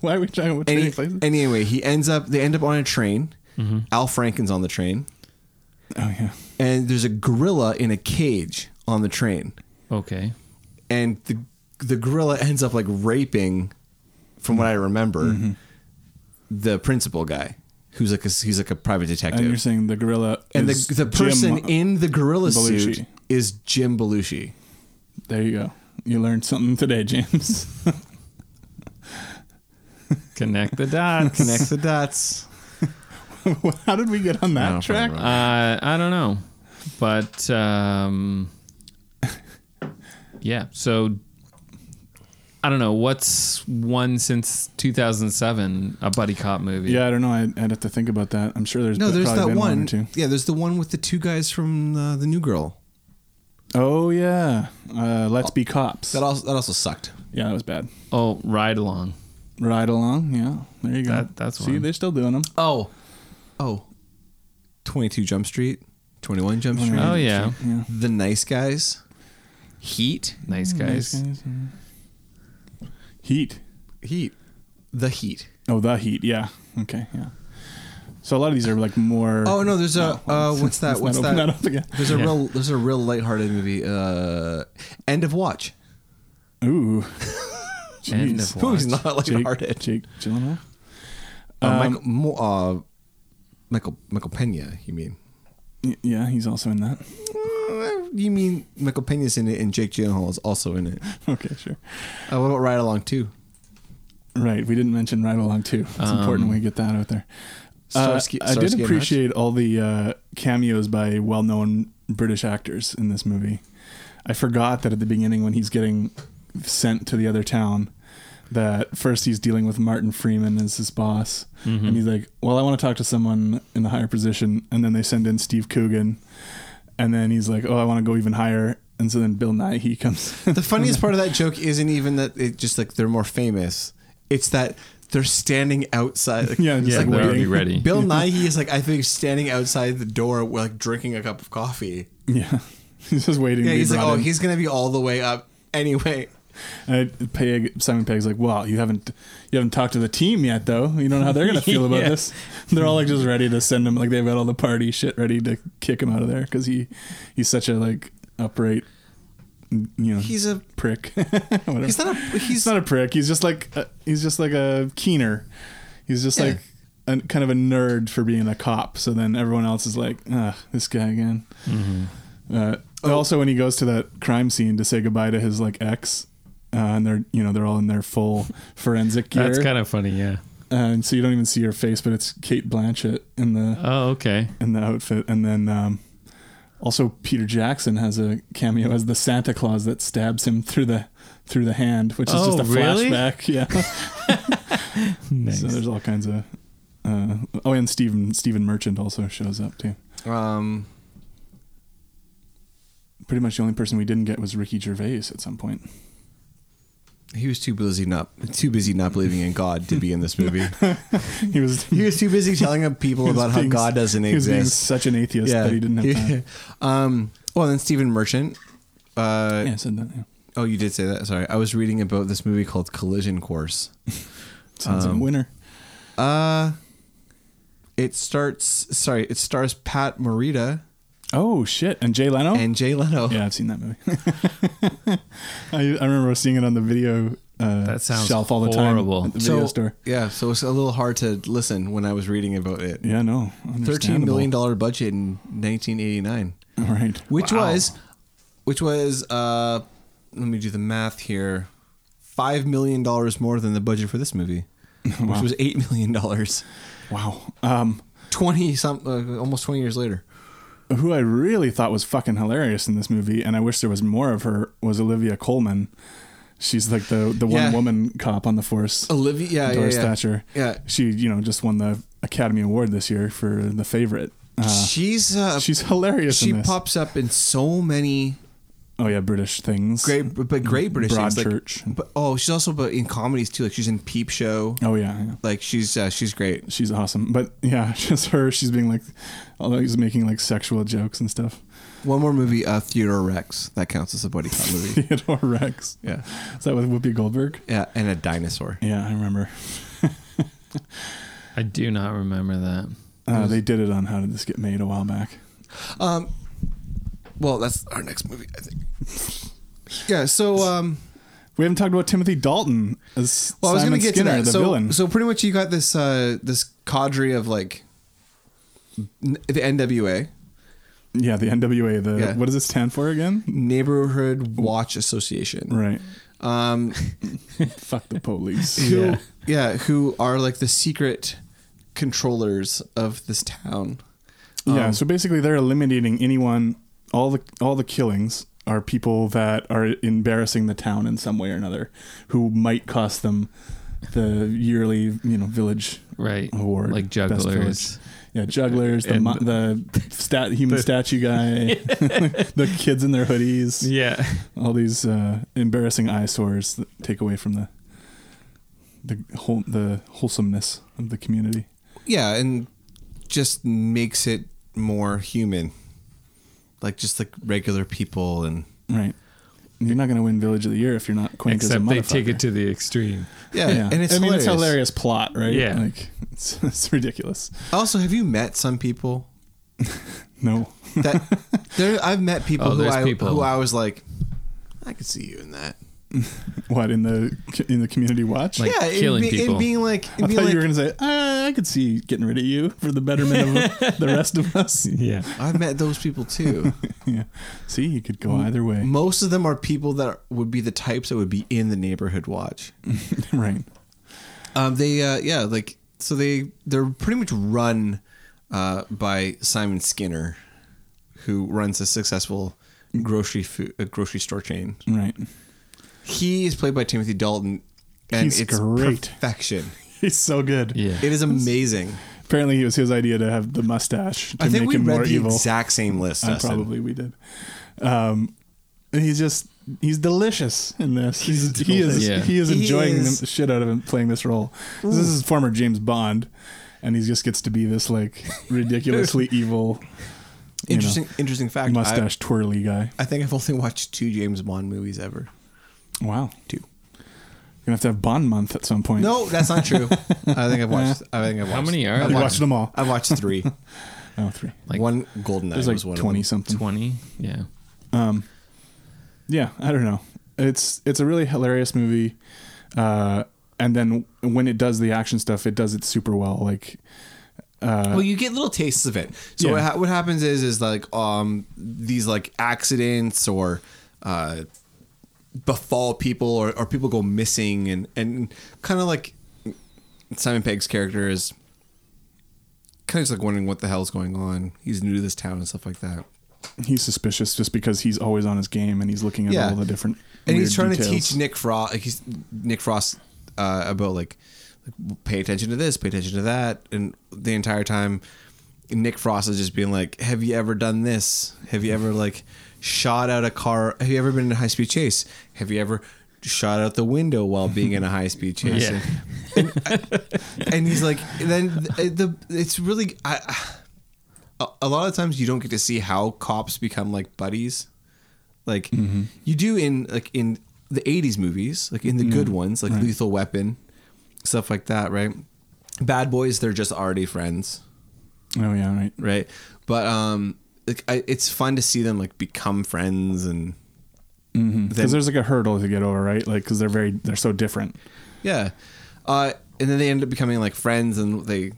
[SPEAKER 2] Why are we trying to
[SPEAKER 1] And
[SPEAKER 2] any
[SPEAKER 1] he,
[SPEAKER 2] places?
[SPEAKER 1] and anyway, he ends up they end up on a train.
[SPEAKER 3] Mm-hmm.
[SPEAKER 1] Al Franken's on the train,
[SPEAKER 2] oh yeah.
[SPEAKER 1] and there's a gorilla in a cage on the train.
[SPEAKER 3] Okay.
[SPEAKER 1] and the the gorilla ends up like raping, from what I remember,
[SPEAKER 2] Mm-hmm.
[SPEAKER 1] the principal guy who's like a, he's like a private
[SPEAKER 2] And you're
[SPEAKER 1] detective,
[SPEAKER 2] saying the gorilla
[SPEAKER 1] and,
[SPEAKER 2] is
[SPEAKER 1] the the person
[SPEAKER 2] Jim-
[SPEAKER 1] in the gorilla suit
[SPEAKER 2] Belushi.
[SPEAKER 1] is Jim Belushi.
[SPEAKER 2] There you go. You learned something today, James.
[SPEAKER 3] Connect the dots.
[SPEAKER 1] Connect the dots.
[SPEAKER 2] How did we get on
[SPEAKER 1] I
[SPEAKER 2] that
[SPEAKER 1] don't
[SPEAKER 2] track?
[SPEAKER 1] fucking
[SPEAKER 3] Uh, I don't know, but um, yeah. So I don't know what's one since 2007 a buddy cop movie.
[SPEAKER 2] Yeah, I don't know. I'd, I'd have to think about that. I'm sure there's
[SPEAKER 1] No,
[SPEAKER 2] b-
[SPEAKER 1] there's
[SPEAKER 2] probably
[SPEAKER 1] that
[SPEAKER 2] been one.
[SPEAKER 1] one.
[SPEAKER 2] or two.
[SPEAKER 1] yeah, there's the one with the two guys from uh, the New Girl.
[SPEAKER 2] Oh yeah, uh, let's be cops.
[SPEAKER 1] That also that also sucked.
[SPEAKER 2] yeah, that was bad.
[SPEAKER 3] Oh, Ride Along.
[SPEAKER 2] Ride along. Yeah, there you go.
[SPEAKER 3] That- that's
[SPEAKER 2] see,
[SPEAKER 3] one.
[SPEAKER 2] they're still doing them.
[SPEAKER 1] Oh, oh, 22 Jump Street, 21 Jump Street.
[SPEAKER 3] Oh yeah,
[SPEAKER 2] Yeah.
[SPEAKER 1] The Nice Guys, Heat,
[SPEAKER 3] nice guys.
[SPEAKER 2] Nice guys, yeah. Heat.
[SPEAKER 1] Heat, The Heat.
[SPEAKER 2] Oh, the heat. Yeah. Okay. Yeah. So a lot of these are like more.
[SPEAKER 1] Oh no, there's a uh, what's that? What's
[SPEAKER 2] Let's
[SPEAKER 1] that?
[SPEAKER 2] not open that up again.
[SPEAKER 1] There's a
[SPEAKER 3] Yeah.
[SPEAKER 1] real there's a real lighthearted movie. Uh, End of Watch.
[SPEAKER 2] Ooh.
[SPEAKER 3] End
[SPEAKER 2] Jeez.
[SPEAKER 3] of
[SPEAKER 1] Who's
[SPEAKER 3] watch.
[SPEAKER 1] not lighthearted?
[SPEAKER 2] Jake, Jake Gyllenhaal.
[SPEAKER 1] Uh,
[SPEAKER 2] Um,
[SPEAKER 1] Michael, Mo- uh, Michael Michael Pena. You mean?
[SPEAKER 2] Y- Yeah, he's also in that.
[SPEAKER 1] Uh, You mean Michael Pena's in it, and Jake Gyllenhaal is also in it.
[SPEAKER 2] Okay, sure.
[SPEAKER 1] Uh, what about Ride Along Two?
[SPEAKER 2] Right, we didn't mention Ride Along too. It's important we get that out there. Uh,
[SPEAKER 1] Um, Starsky-
[SPEAKER 2] I did
[SPEAKER 1] Starsky and
[SPEAKER 2] appreciate all the uh, cameos by well-known British actors in this movie. I forgot that at the beginning when he's getting sent to the other town, that first he's dealing with Martin Freeman as his boss,
[SPEAKER 3] Mm-hmm.
[SPEAKER 1] Mm-hmm.
[SPEAKER 2] and he's like, "Well, I want to talk to someone in a higher position," and then they send in Steve Coogan, and then he's like, "Oh, I want to go even higher," and so then Bill Nye he comes.
[SPEAKER 1] The funniest part of that joke isn't even that it just like they're more famous. It's that they're standing outside. Like,
[SPEAKER 2] Yeah, just
[SPEAKER 1] it's
[SPEAKER 3] Yeah,
[SPEAKER 1] like
[SPEAKER 3] they're
[SPEAKER 2] waiting.
[SPEAKER 3] already ready.
[SPEAKER 1] Bill Nye is like I think standing outside the door, like drinking a cup of coffee.
[SPEAKER 2] yeah, he's just waiting.
[SPEAKER 1] Yeah,
[SPEAKER 2] to be
[SPEAKER 1] he's like,
[SPEAKER 2] brought
[SPEAKER 1] oh,
[SPEAKER 2] in.
[SPEAKER 1] he's gonna be all the way up anyway.
[SPEAKER 2] And I- Peg, Simon Peg's like, "Wow, you haven't you haven't talked to the team yet, though. You don't know how they're gonna feel about
[SPEAKER 3] Yeah.
[SPEAKER 2] this. They're all like just ready to send him. Like they've got all the party shit ready to kick him out of there because he he's such a like upright, you know,
[SPEAKER 1] He's a
[SPEAKER 2] prick. Whatever.
[SPEAKER 1] he's not a he's
[SPEAKER 2] He's not a prick. He's just like a, he's just like a keener. He's just
[SPEAKER 1] Yeah.
[SPEAKER 2] like a, kind of a nerd for being a cop. So then everyone else is like, Ugh, this guy again.
[SPEAKER 3] Mm-hmm.
[SPEAKER 2] Uh,
[SPEAKER 3] Oh.
[SPEAKER 2] Also, when he goes to that crime scene to say goodbye to his like ex, uh, and they're you know they're all in their full forensic gear, Uh,
[SPEAKER 3] That's kind of funny. Yeah.
[SPEAKER 2] and so you don't even see her face, but it's Kate Blanchett in the
[SPEAKER 3] Oh, okay.
[SPEAKER 2] in the outfit, and then um, also Peter Jackson has a cameo as the Santa Claus that stabs him through the through the hand, which is
[SPEAKER 3] Oh,
[SPEAKER 2] just a
[SPEAKER 3] really?
[SPEAKER 2] flashback. Yeah, so there's all kinds of. Uh, oh, and Stephen Stephen Merchant also shows up too.
[SPEAKER 1] um
[SPEAKER 2] pretty much the only person we didn't get was Ricky Gervais at some point.
[SPEAKER 1] He was too busy not too busy not believing in God to be in this movie.
[SPEAKER 2] He was
[SPEAKER 1] he was too busy telling up people
[SPEAKER 2] he was
[SPEAKER 1] about how
[SPEAKER 2] being-
[SPEAKER 1] God doesn't
[SPEAKER 2] He was being
[SPEAKER 1] exist.
[SPEAKER 2] such an atheist that he didn't have time.
[SPEAKER 1] um. Well, then Stephen Merchant. Uh,
[SPEAKER 2] Yeah, I said that. Yeah.
[SPEAKER 1] Oh, you did say that. Sorry, I was reading about this movie called Collision Course.
[SPEAKER 2] Sounds
[SPEAKER 1] Um,
[SPEAKER 2] like a winner.
[SPEAKER 1] Uh, it starts. Sorry, it stars Pat Morita
[SPEAKER 2] Oh shit! And Jay Leno.
[SPEAKER 1] and Jay Leno.
[SPEAKER 2] yeah, I've seen that movie. I, I remember seeing it on the video uh,
[SPEAKER 3] That sounds
[SPEAKER 2] shelf all the
[SPEAKER 3] horrible.
[SPEAKER 2] time at the
[SPEAKER 1] so
[SPEAKER 2] video store.
[SPEAKER 1] yeah, so it's a little hard to listen when I was reading about it.
[SPEAKER 2] Yeah, no,
[SPEAKER 1] Thirteen million
[SPEAKER 2] understandable.
[SPEAKER 1] dollar budget in 1989,
[SPEAKER 2] Right.
[SPEAKER 1] which
[SPEAKER 3] Wow.
[SPEAKER 1] was, which was. Uh, let me do the math here. Five million dollars more than the budget for this movie, which
[SPEAKER 2] Wow.
[SPEAKER 1] was eight million dollars.
[SPEAKER 2] Wow. Um,
[SPEAKER 1] Twenty some, uh, almost twenty years later.
[SPEAKER 2] who I really thought was fucking hilarious in this movie, and I wish there was more of her, was Olivia Coleman. She's like the the one
[SPEAKER 1] Yeah.
[SPEAKER 2] woman cop on the force.
[SPEAKER 1] Olivia, yeah,
[SPEAKER 2] Doris
[SPEAKER 1] yeah, yeah.
[SPEAKER 2] Thatcher.
[SPEAKER 1] Yeah.
[SPEAKER 2] She, you know, just won the Academy Award this year for the favorite. Uh,
[SPEAKER 1] she's uh,
[SPEAKER 2] she's hilarious.
[SPEAKER 1] she
[SPEAKER 2] in this.
[SPEAKER 1] pops up in so many
[SPEAKER 2] Oh yeah, British things.
[SPEAKER 1] great, but great British things. like-
[SPEAKER 2] Broadchurch.
[SPEAKER 1] but oh, she's also but in comedies too. Like she's in Peep Show.
[SPEAKER 2] oh yeah, yeah.
[SPEAKER 1] Like she's uh, she's great.
[SPEAKER 2] she's awesome. But yeah, just her. She's being like, although he's making like sexual jokes and stuff.
[SPEAKER 1] One more movie, uh, Theodore Rex. That counts as a buddy cop movie.
[SPEAKER 2] Theodore Rex.
[SPEAKER 1] yeah,
[SPEAKER 2] Is that with Whoopi Goldberg?
[SPEAKER 1] yeah, and a dinosaur.
[SPEAKER 2] Yeah, I remember.
[SPEAKER 3] I do not remember that.
[SPEAKER 2] Uh, they did it on How Did This Get Made a while back.
[SPEAKER 1] Um, well, that's our next movie, I think. Yeah, so um,
[SPEAKER 2] We haven't talked about Timothy Dalton as
[SPEAKER 1] well, I was
[SPEAKER 2] Simon
[SPEAKER 1] going to get
[SPEAKER 2] Skinner,
[SPEAKER 1] to that.
[SPEAKER 2] the
[SPEAKER 1] so,
[SPEAKER 2] villain.
[SPEAKER 1] so pretty much you got this uh, this cadre of like n- the NWA,
[SPEAKER 2] yeah, the NWA. The
[SPEAKER 1] Yeah.
[SPEAKER 2] what does it stand for again?
[SPEAKER 1] Neighborhood Watch Association.
[SPEAKER 2] Right.
[SPEAKER 1] Um,
[SPEAKER 2] Fuck the police.
[SPEAKER 1] who,
[SPEAKER 3] Yeah.
[SPEAKER 1] yeah. who are like the secret controllers of this town.
[SPEAKER 2] Yeah,
[SPEAKER 1] Um,
[SPEAKER 2] so basically they're eliminating anyone all the all the killings are people that are embarrassing the town in some way or another who might cost them the yearly, you know, village
[SPEAKER 3] Right.
[SPEAKER 2] award.
[SPEAKER 3] Like
[SPEAKER 2] Best
[SPEAKER 3] jugglers.
[SPEAKER 2] village. Yeah, jugglers, the
[SPEAKER 3] And-
[SPEAKER 2] mo- the stat human statue guy, the kids in their hoodies,
[SPEAKER 3] Yeah.
[SPEAKER 2] all these uh, embarrassing eyesores that take away from the the whole the wholesomeness of the community.
[SPEAKER 1] Yeah, and just makes it more human. Like just like regular people and
[SPEAKER 2] Right. You're not going to win Village of the Year if you're not quaint as a
[SPEAKER 3] Except they take
[SPEAKER 2] motherfucker.
[SPEAKER 3] it to the extreme.
[SPEAKER 1] yeah, and it's
[SPEAKER 2] I mean,
[SPEAKER 1] hilarious.
[SPEAKER 2] it's a hilarious plot, right?
[SPEAKER 3] Yeah.
[SPEAKER 2] Like, it's, it's ridiculous.
[SPEAKER 1] Also, have you met some people
[SPEAKER 2] No.
[SPEAKER 1] that there I've met people
[SPEAKER 3] Oh,
[SPEAKER 1] who
[SPEAKER 3] there's
[SPEAKER 1] I
[SPEAKER 3] people.
[SPEAKER 1] who I was like I could see you in that.
[SPEAKER 2] What, in the in the community watch?
[SPEAKER 3] Like
[SPEAKER 1] yeah, in,
[SPEAKER 3] killing
[SPEAKER 1] be- in
[SPEAKER 3] people.
[SPEAKER 1] being like
[SPEAKER 2] I
[SPEAKER 1] in
[SPEAKER 2] thought
[SPEAKER 1] being like
[SPEAKER 2] you were going to say, uh, I could see getting rid of you for the betterment of the rest of us.
[SPEAKER 3] Yeah.
[SPEAKER 1] I've met those people too.
[SPEAKER 2] Yeah. See, you could
[SPEAKER 1] Mm.
[SPEAKER 2] go either way.
[SPEAKER 1] Most of them are people that would be the types that would be in the neighborhood watch. Mm.
[SPEAKER 2] right.
[SPEAKER 1] Um, they uh, yeah, like so they they're pretty much run uh, by Simon Skinner, who runs a successful grocery food, uh, grocery store chain.
[SPEAKER 2] Right.
[SPEAKER 1] He is played by Timothy Dalton, and
[SPEAKER 2] He's
[SPEAKER 1] it's
[SPEAKER 2] great.
[SPEAKER 1] perfection.
[SPEAKER 2] He's so good.
[SPEAKER 3] Yeah.
[SPEAKER 1] It is amazing.
[SPEAKER 2] Apparently, it was his idea to have the mustache to
[SPEAKER 1] I think
[SPEAKER 2] make
[SPEAKER 1] we
[SPEAKER 2] him more
[SPEAKER 1] read the
[SPEAKER 2] evil.
[SPEAKER 1] exact same list.
[SPEAKER 2] Uh,
[SPEAKER 1] Dustin.
[SPEAKER 2] probably we did. Um, and he's just he's delicious in this. He's, he is
[SPEAKER 3] delicious.
[SPEAKER 2] he is
[SPEAKER 1] He
[SPEAKER 2] enjoying
[SPEAKER 1] is-
[SPEAKER 2] the shit out of him playing this role. This is former James Bond, and he just gets to be this like ridiculously evil, you know,
[SPEAKER 1] Interesting, interesting fact. I,
[SPEAKER 2] mustache twirly guy.
[SPEAKER 1] I think I've only watched two James Bond movies ever.
[SPEAKER 2] Wow,
[SPEAKER 1] Two.
[SPEAKER 2] gonna have to have Bond month at some point.
[SPEAKER 1] No, that's not true. I think I've watched. I think I've watched.
[SPEAKER 3] How many are
[SPEAKER 1] I've
[SPEAKER 2] you
[SPEAKER 3] there?
[SPEAKER 2] watched them all.
[SPEAKER 1] I've watched three.
[SPEAKER 2] Oh, three.
[SPEAKER 3] Like-
[SPEAKER 1] one Golden Eye
[SPEAKER 2] There's
[SPEAKER 1] was
[SPEAKER 2] like
[SPEAKER 1] one. of
[SPEAKER 2] twenty
[SPEAKER 1] them.
[SPEAKER 2] something.
[SPEAKER 3] 20? Yeah.
[SPEAKER 2] Um, yeah, I don't know. It's it's a really hilarious movie, uh, and then when it does the action stuff, it does it super well. Like,
[SPEAKER 1] well, you get little tastes of it. So
[SPEAKER 2] Yeah.
[SPEAKER 1] what, ha- what happens is is like um these like accidents or uh befall people or, or people go missing and and kind of like Simon Pegg's character is kind of just like wondering what the hell's going on. He's new to this town and stuff like that.
[SPEAKER 2] he's suspicious just because he's always on his game and he's looking at
[SPEAKER 1] Yeah.
[SPEAKER 2] all the different
[SPEAKER 1] and he's
[SPEAKER 2] weird
[SPEAKER 1] trying to
[SPEAKER 2] details.
[SPEAKER 1] teach Nick Frost. Like he's Nick Frost uh, about like, like, pay attention to this, pay attention to that, and the entire time Nick Frost is just being like, "Have you ever done this? Have you ever like shot out a car? Have you ever been in a high speed chase? Have you ever shot out the window while being in a high speed chase?"
[SPEAKER 3] Yeah.
[SPEAKER 1] And, and- and he's like, and then the, the it's really I, a, a lot of times you don't get to see how cops become like buddies. Like
[SPEAKER 2] Mm-hmm.
[SPEAKER 1] you do in like in the '80s movies, like in the
[SPEAKER 2] Mm-hmm.
[SPEAKER 1] good ones, like Lethal Weapon, stuff like that, right? Bad boys, they're just already friends
[SPEAKER 2] Oh yeah, right.
[SPEAKER 1] right? But um, like I, it's fun to see them like become friends and then-
[SPEAKER 2] Because there's like a hurdle to get over, right? Like because they're very they're so different.
[SPEAKER 1] yeah, uh, and then they end up becoming like friends and they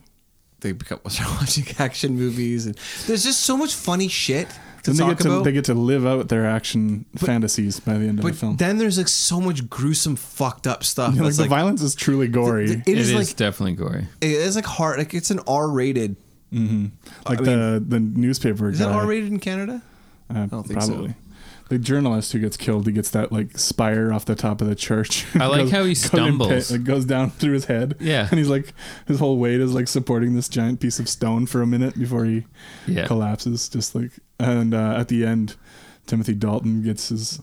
[SPEAKER 1] they become start watching action movies and there's just so much funny shit to
[SPEAKER 2] And they
[SPEAKER 1] talk
[SPEAKER 2] get to
[SPEAKER 1] about.
[SPEAKER 2] they get to live out their action fantasies by the end of the
[SPEAKER 1] but
[SPEAKER 2] film.
[SPEAKER 1] then there's like so much gruesome, fucked up stuff.
[SPEAKER 2] Yeah, like
[SPEAKER 1] that's
[SPEAKER 2] the
[SPEAKER 1] like,
[SPEAKER 2] violence is truly gory.
[SPEAKER 1] th- it
[SPEAKER 3] It
[SPEAKER 1] is,
[SPEAKER 3] is,
[SPEAKER 1] like
[SPEAKER 3] definitely gory.
[SPEAKER 1] it is like hard. Like it's an R-rated.
[SPEAKER 2] like
[SPEAKER 1] I
[SPEAKER 2] the the newspaper
[SPEAKER 1] Is
[SPEAKER 2] guy.
[SPEAKER 1] that R-rated in Canada?
[SPEAKER 2] Uh,
[SPEAKER 1] don't think so.
[SPEAKER 2] probably. The journalist who gets killed, he gets that like spire off the top of the church.
[SPEAKER 3] I like
[SPEAKER 2] Goes-
[SPEAKER 3] how he
[SPEAKER 2] goes in
[SPEAKER 3] stumbles.
[SPEAKER 2] pit- It goes down through his head.
[SPEAKER 3] Yeah.
[SPEAKER 2] and he's like, his whole weight is like supporting this giant piece of stone for a minute before he
[SPEAKER 3] Yeah.
[SPEAKER 2] collapses. Just like, and uh, at the end, Timothy Dalton gets his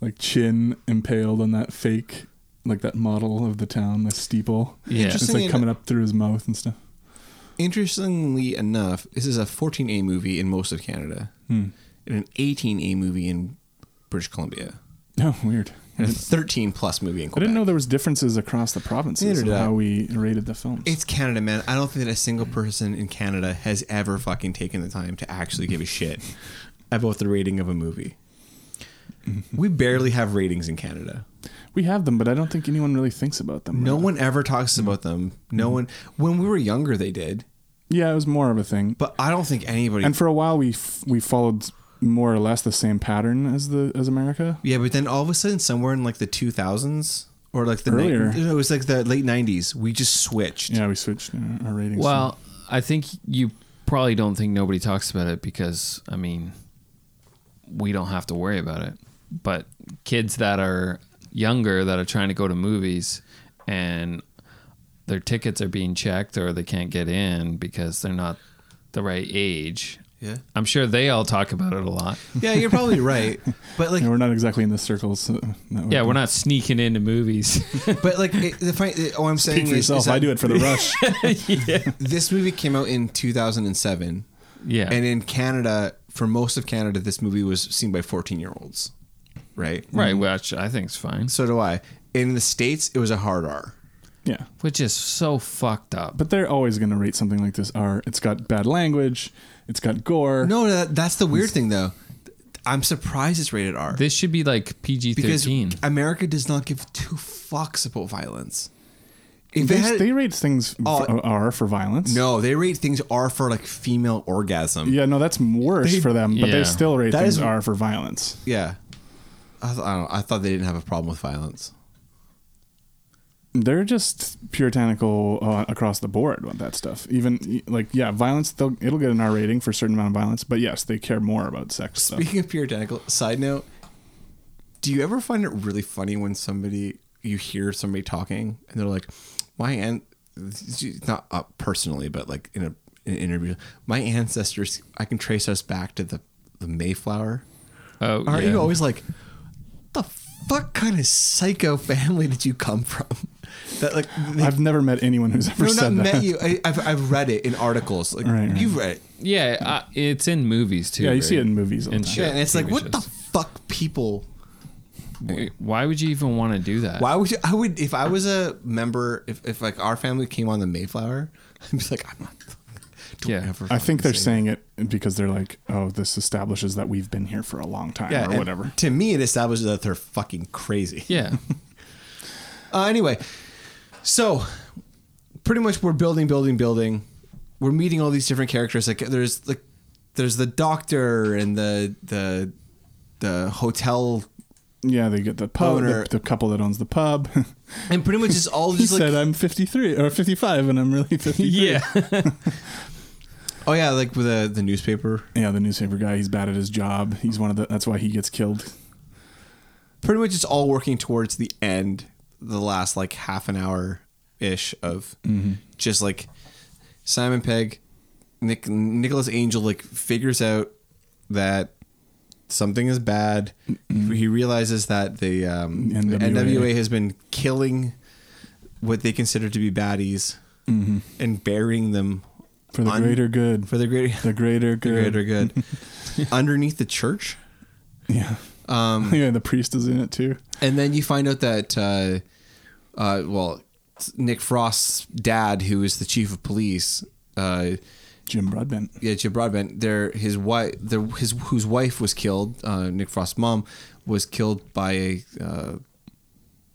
[SPEAKER 2] like chin impaled on that fake, like that model of the town, the steeple.
[SPEAKER 3] Yeah.
[SPEAKER 2] It's
[SPEAKER 1] Interesting.
[SPEAKER 2] like coming up through his mouth and stuff.
[SPEAKER 1] Interestingly enough, this is a 14A movie in most of Canada,
[SPEAKER 2] Hmm.
[SPEAKER 1] and an 18A movie in British Columbia,
[SPEAKER 2] Oh, weird.
[SPEAKER 1] and a 13 plus movie in
[SPEAKER 2] I
[SPEAKER 1] Quebec.
[SPEAKER 2] didn't know there was differences across the provinces
[SPEAKER 1] Neither
[SPEAKER 2] of
[SPEAKER 1] did I.
[SPEAKER 2] how we rated the films.
[SPEAKER 1] It's Canada, man. I don't think that a single person in Canada has ever fucking taken the time to actually give a shit about the rating of a movie.
[SPEAKER 2] Mm-hmm.
[SPEAKER 1] We barely have ratings in Canada.
[SPEAKER 2] We have them, but I don't think anyone really thinks about them.
[SPEAKER 1] No
[SPEAKER 2] Right? Mm-hmm.
[SPEAKER 1] one ever talks about them. No one. When we were younger, they did,
[SPEAKER 2] Yeah, it was more of a thing.
[SPEAKER 1] but I don't think anybody.
[SPEAKER 2] And for a while, we f- we followed more or less the same pattern as the as America.
[SPEAKER 1] Yeah, but then all of a sudden, somewhere in like the two thousands or like the ni-
[SPEAKER 2] Earlier.
[SPEAKER 1] no, it was like the late nineties. We just switched.
[SPEAKER 2] Yeah, we switched uh, our, our ratings.
[SPEAKER 3] Well, I think you probably don't think nobody talks about it because I mean, we don't have to worry about it. But kids that are younger that are trying to go to movies and their tickets are being checked or they can't get in because they're not the right age.
[SPEAKER 1] Yeah.
[SPEAKER 3] I'm sure they all talk about it a lot.
[SPEAKER 1] Yeah, you're probably right. But like,
[SPEAKER 2] Yeah, we're not exactly in the circles. So that would
[SPEAKER 3] Yeah,
[SPEAKER 2] be-
[SPEAKER 3] we're not sneaking into movies.
[SPEAKER 1] but like, it, the fight. All I'm saying
[SPEAKER 2] Speak for
[SPEAKER 1] is,
[SPEAKER 2] yourself.
[SPEAKER 1] is that
[SPEAKER 2] I do it for the rush.
[SPEAKER 1] This movie came out in two thousand and seven,
[SPEAKER 3] yeah.
[SPEAKER 1] and in Canada, for most of Canada, this movie was seen by fourteen year olds, right?
[SPEAKER 3] right, which I think's fine.
[SPEAKER 1] So do I. In the states, it was a hard R.
[SPEAKER 2] yeah,
[SPEAKER 3] Which is so fucked up.
[SPEAKER 2] but they're always going to rate something like this. R. It's got bad language. It's got gore.
[SPEAKER 1] No, that, that's the weird thing though. I'm surprised it's rated R.
[SPEAKER 3] This should be like PG
[SPEAKER 1] because
[SPEAKER 3] thirteen.
[SPEAKER 1] America does not give two fucks about violence. If
[SPEAKER 2] they,
[SPEAKER 1] it had-
[SPEAKER 2] they rate things v-
[SPEAKER 1] Oh.
[SPEAKER 2] R for violence.
[SPEAKER 1] no, they rate things R for like female orgasm.
[SPEAKER 2] Yeah, no, that's worse
[SPEAKER 1] They-
[SPEAKER 2] for them. But
[SPEAKER 3] Yeah.
[SPEAKER 2] they still rate
[SPEAKER 1] That
[SPEAKER 2] things
[SPEAKER 1] is-
[SPEAKER 2] R for violence.
[SPEAKER 1] Yeah. I, th- I, don't know. I thought they didn't have a problem with violence.
[SPEAKER 2] they're just puritanical uh, across the board with that stuff. Even like yeah, violence they'll it'll get an R rating for a certain amount of violence, but yes, they care more about sex stuff.
[SPEAKER 1] Speaking of puritanical, side note, do you ever find it really funny when somebody you hear somebody talking and they're like, "My aunt, not uh, personally, but like in a in an interview, my ancestors, I can trace us back to the the Mayflower."
[SPEAKER 3] Oh,
[SPEAKER 1] Aren't
[SPEAKER 3] yeah.
[SPEAKER 1] you always like, the fuck kind of psycho family did you come from? That like, they,
[SPEAKER 2] I've never met anyone who's ever
[SPEAKER 1] no, not
[SPEAKER 2] said that.
[SPEAKER 1] met you. I, I've, I've read it in articles. Like
[SPEAKER 2] Right, right.
[SPEAKER 1] you've read it,
[SPEAKER 3] Yeah, uh, it's in movies too.
[SPEAKER 2] yeah, you
[SPEAKER 3] right?
[SPEAKER 2] see it in movies. All the
[SPEAKER 3] And
[SPEAKER 2] time.
[SPEAKER 3] shit.
[SPEAKER 1] yeah, and it's like,
[SPEAKER 3] TV
[SPEAKER 1] what the
[SPEAKER 3] shows.
[SPEAKER 1] fuck, people?
[SPEAKER 3] Wait, Eh, Why would you even want to do that?
[SPEAKER 1] Why would you, I would if I was a member if, if like our family came on the Mayflower, I'd be like, I'm not. Don't
[SPEAKER 3] Yeah.
[SPEAKER 1] ever
[SPEAKER 2] I think
[SPEAKER 1] fucking
[SPEAKER 2] they're
[SPEAKER 1] say
[SPEAKER 2] saying it because they're like, oh, this establishes that we've been here for a long time
[SPEAKER 1] that. yeah
[SPEAKER 2] or
[SPEAKER 1] and
[SPEAKER 2] whatever.
[SPEAKER 1] To me, it establishes that they're fucking crazy.
[SPEAKER 3] Yeah,
[SPEAKER 1] Uh, anyway, so pretty much we're building, building, building. We're meeting all these different characters. Like there's like there's the doctor and the the the hotel,
[SPEAKER 2] Yeah, they get the pub,
[SPEAKER 1] Owner-
[SPEAKER 2] the, the couple that owns the pub.
[SPEAKER 1] and pretty much it's all
[SPEAKER 2] he
[SPEAKER 1] just like
[SPEAKER 2] said, "I'm 53 or 55, and I'm really 53."
[SPEAKER 1] oh yeah, like with the the newspaper.
[SPEAKER 2] yeah. The newspaper guy, he's bad at his job. He's one of the. That's why he gets killed.
[SPEAKER 1] Pretty much it's all working towards the end, the last like half an hour ish of just like Simon Pegg Nick Nicholas Angel like figures out that something is bad. He realizes that the um,
[SPEAKER 2] NWA.
[SPEAKER 1] NWA has been killing what they consider to be baddies and burying them
[SPEAKER 2] for the
[SPEAKER 1] un-
[SPEAKER 2] greater good.
[SPEAKER 1] for the greater
[SPEAKER 2] the greater
[SPEAKER 1] the
[SPEAKER 2] good.
[SPEAKER 1] greater good underneath the church.
[SPEAKER 2] Yeah.
[SPEAKER 1] Um,
[SPEAKER 2] yeah, the priest is in it too.
[SPEAKER 1] And then you find out that, uh, uh, well, Nick Frost's dad, who is the chief of police, uh,
[SPEAKER 2] Jim Broadbent.
[SPEAKER 1] yeah, Jim Broadbent, their his wife, their, his whose wife was killed. Uh, Nick Frost's mom was killed by a uh,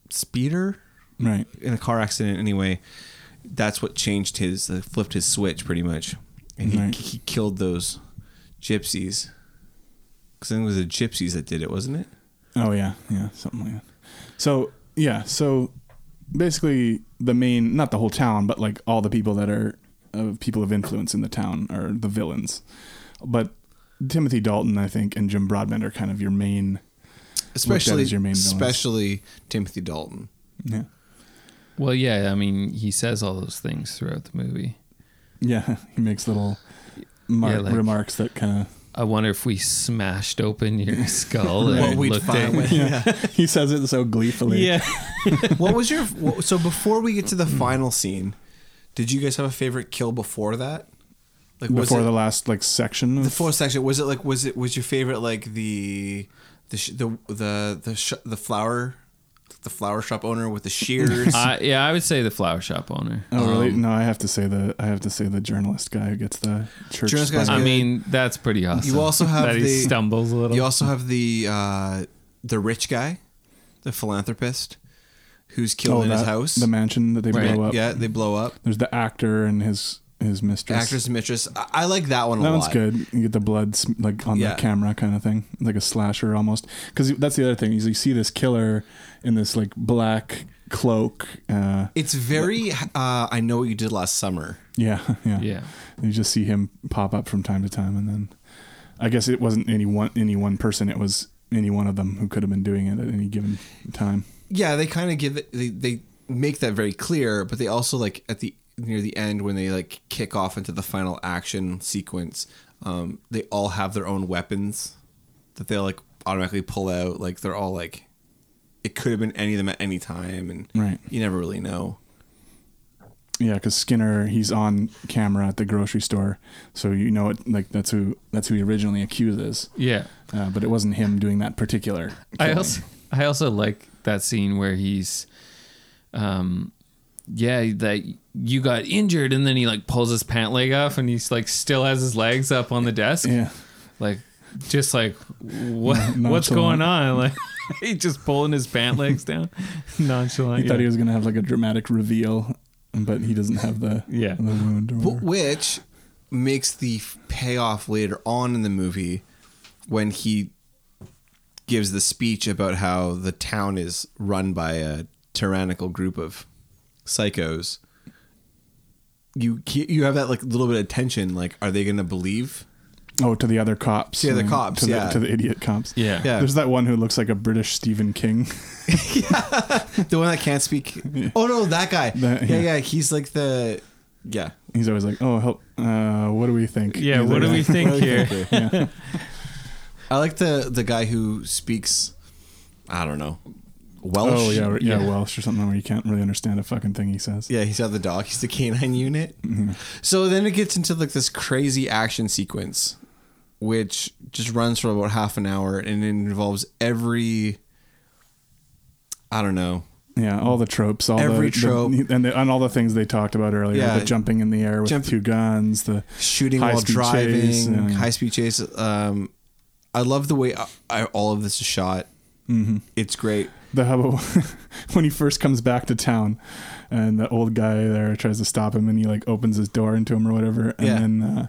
[SPEAKER 1] speeder
[SPEAKER 2] Right.
[SPEAKER 1] in a car accident. Anyway, that's what changed his, uh, flipped his switch pretty much, and he,
[SPEAKER 2] Right.
[SPEAKER 1] he killed those gypsies. Because I think it was the gypsies that did it, wasn't it?
[SPEAKER 2] Oh yeah, yeah, something like that. So yeah, so basically the main, not the whole town, but like all the people that are uh, people of influence in the town are the villains. But Timothy Dalton, I think, and Jim Broadbent are kind of your main.
[SPEAKER 1] Especially,
[SPEAKER 2] as your main villains.
[SPEAKER 1] especially Timothy Dalton.
[SPEAKER 2] Yeah,
[SPEAKER 3] Well, yeah, I mean, he says all those things throughout the movie.
[SPEAKER 2] yeah. He makes little mar-
[SPEAKER 3] Yeah, like-
[SPEAKER 2] remarks that kind of.
[SPEAKER 3] I wonder if we smashed open your skull and
[SPEAKER 1] What we'd
[SPEAKER 3] looked
[SPEAKER 1] find
[SPEAKER 3] at.
[SPEAKER 1] when-
[SPEAKER 2] Yeah, he says it so gleefully.
[SPEAKER 3] Yeah.
[SPEAKER 1] what was your what- so before we get to the final scene did you guys have a favorite kill before that like was
[SPEAKER 2] Before
[SPEAKER 1] it,
[SPEAKER 2] the last like section, of,
[SPEAKER 1] the fourth section was it like was it was your favorite like the the sh- the the the, sh- the flower the flower shop owner with the shears
[SPEAKER 3] I, yeah, I would say the flower shop owner.
[SPEAKER 2] oh really? no, I have to say the I have to say the journalist guy who gets the church.
[SPEAKER 1] Journalist guy's
[SPEAKER 3] I
[SPEAKER 2] spotlight.
[SPEAKER 1] good.
[SPEAKER 3] mean, that's pretty awesome.
[SPEAKER 1] You also have
[SPEAKER 3] that he
[SPEAKER 1] the-
[SPEAKER 3] stumbles a little.
[SPEAKER 1] you also have the uh the rich guy the philanthropist who's killed
[SPEAKER 2] Oh,
[SPEAKER 1] in his
[SPEAKER 2] that-
[SPEAKER 1] house
[SPEAKER 2] the mansion that they
[SPEAKER 3] Right.
[SPEAKER 2] blow up.
[SPEAKER 1] yeah they blow up
[SPEAKER 2] There's the actor and his his mistress.
[SPEAKER 1] actress and mistress I, I like that one a
[SPEAKER 2] That
[SPEAKER 1] lot
[SPEAKER 2] one's good. You get the blood sm- like on
[SPEAKER 1] Yeah.
[SPEAKER 2] the camera kind of thing, like a slasher almost. Because that's the other thing is you see this killer in this like black cloak. Uh,
[SPEAKER 1] it's very uh i know what you did last summer
[SPEAKER 2] yeah, yeah,
[SPEAKER 3] Yeah.
[SPEAKER 2] You just see him pop up from time to time, and then I guess it wasn't any one any one person. It was any one of them who could have been doing it at any given time.
[SPEAKER 1] yeah they kind of give it they, they make that very clear but they also like at the near the end when they like kick off into the final action sequence um, they all have their own weapons that they like automatically pull out like they're all like it could have been any of them at any time and
[SPEAKER 2] Right.
[SPEAKER 1] you never really know
[SPEAKER 2] Yeah, because Skinner he's on camera at the grocery store, so you know it. Like that's who that's who he originally accuses.
[SPEAKER 3] Yeah.
[SPEAKER 2] uh, but it wasn't him doing that particular.
[SPEAKER 3] I
[SPEAKER 2] killing.
[SPEAKER 3] also I also like that scene where he's, um, yeah, that you got injured, and then he like pulls his pant leg off, and he's like still has his legs up on the desk,
[SPEAKER 2] yeah,
[SPEAKER 3] like just like what
[SPEAKER 2] No-
[SPEAKER 3] what's going
[SPEAKER 2] nonchalant.
[SPEAKER 3] on? Like he just pulling his pant legs down, nonchalant.
[SPEAKER 2] he
[SPEAKER 3] yeah.
[SPEAKER 2] thought he was gonna have like a dramatic reveal, but he doesn't have the
[SPEAKER 3] Yeah.
[SPEAKER 2] the wound. Or
[SPEAKER 1] Wh-
[SPEAKER 2] whatever.
[SPEAKER 1] which makes the f- payoff later on in the movie when he gives the speech about how the town is run by a tyrannical group of psychos you ke- you have that like little bit of tension like are they gonna believe
[SPEAKER 2] oh, to the other cops.
[SPEAKER 1] Yeah, the
[SPEAKER 2] and
[SPEAKER 1] cops,
[SPEAKER 2] To the,
[SPEAKER 1] yeah.
[SPEAKER 2] to the idiot cops.
[SPEAKER 3] Yeah.
[SPEAKER 1] Yeah.
[SPEAKER 2] There's that one who looks like a British Stephen King.
[SPEAKER 1] the one that can't speak oh no that guy
[SPEAKER 2] That-
[SPEAKER 1] yeah
[SPEAKER 2] yeah.
[SPEAKER 1] yeah he's like the yeah
[SPEAKER 2] He's always like, "Oh, help! Uh, what do we think?
[SPEAKER 3] Yeah,
[SPEAKER 2] He's
[SPEAKER 3] what
[SPEAKER 2] like
[SPEAKER 3] do we
[SPEAKER 2] that.
[SPEAKER 3] think here?
[SPEAKER 2] Oh, yeah.
[SPEAKER 1] i like the the guy who speaks i don't know welsh
[SPEAKER 2] Oh yeah, or- yeah,
[SPEAKER 3] Yeah.
[SPEAKER 2] Welsh or something where you can't really understand a fucking thing he says.
[SPEAKER 1] Yeah, he's out the dog. He's the canine unit. So then it gets into like this crazy action sequence, which just runs for about half an hour and it involves every, I don't know,
[SPEAKER 2] Yeah, all the tropes, all
[SPEAKER 1] Every
[SPEAKER 2] the, the-
[SPEAKER 1] trope.
[SPEAKER 2] and the, and all the things they talked about earlier.
[SPEAKER 1] Yeah.
[SPEAKER 2] the jumping in the air with
[SPEAKER 1] Jump-
[SPEAKER 2] two guns, the
[SPEAKER 1] shooting while
[SPEAKER 2] High-speed
[SPEAKER 1] driving,
[SPEAKER 2] chase, yeah.
[SPEAKER 1] high speed chase. Um, I love the way I, I, all of this is shot. Mm-hmm. It's great.
[SPEAKER 2] the hubba when he first comes back to town and the old guy there tries to stop him and he like opens his door into him or whatever and
[SPEAKER 1] Yeah.
[SPEAKER 2] then uh,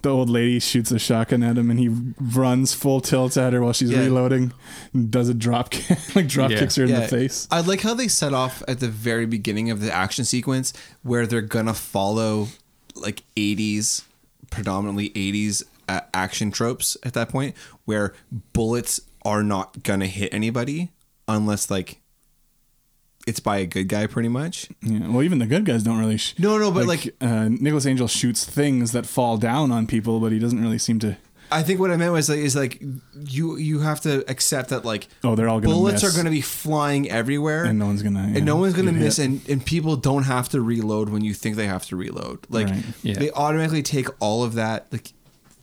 [SPEAKER 2] the old lady shoots a shotgun at him and he runs full tilt at her while she's
[SPEAKER 1] Yeah.
[SPEAKER 2] reloading and does a drop kick like drop
[SPEAKER 3] Yeah.
[SPEAKER 2] kicks her in
[SPEAKER 1] Yeah.
[SPEAKER 2] the face
[SPEAKER 1] I like how they set off at the very beginning of the action sequence where they're gonna follow like 80s, predominantly 80s uh, action tropes at that point where bullets are not gonna hit anybody unless like it's by a good guy, pretty much.
[SPEAKER 2] Yeah. Well, even the good guys don't really. Sh-
[SPEAKER 1] No, no, but, like-
[SPEAKER 2] uh, Nicholas Angel shoots things that fall down on people, but he doesn't really seem to.
[SPEAKER 1] I think what I meant was like is like you you have to accept that like
[SPEAKER 2] Oh, they're all gonna
[SPEAKER 1] bullets
[SPEAKER 2] miss.
[SPEAKER 1] are going to be flying everywhere
[SPEAKER 2] And no one's gonna, yeah,
[SPEAKER 1] and no one's going to
[SPEAKER 2] get hit.
[SPEAKER 1] miss and and people don't have to reload when you think they have to reload like
[SPEAKER 2] Right.
[SPEAKER 3] Yeah.
[SPEAKER 1] they automatically take all of that like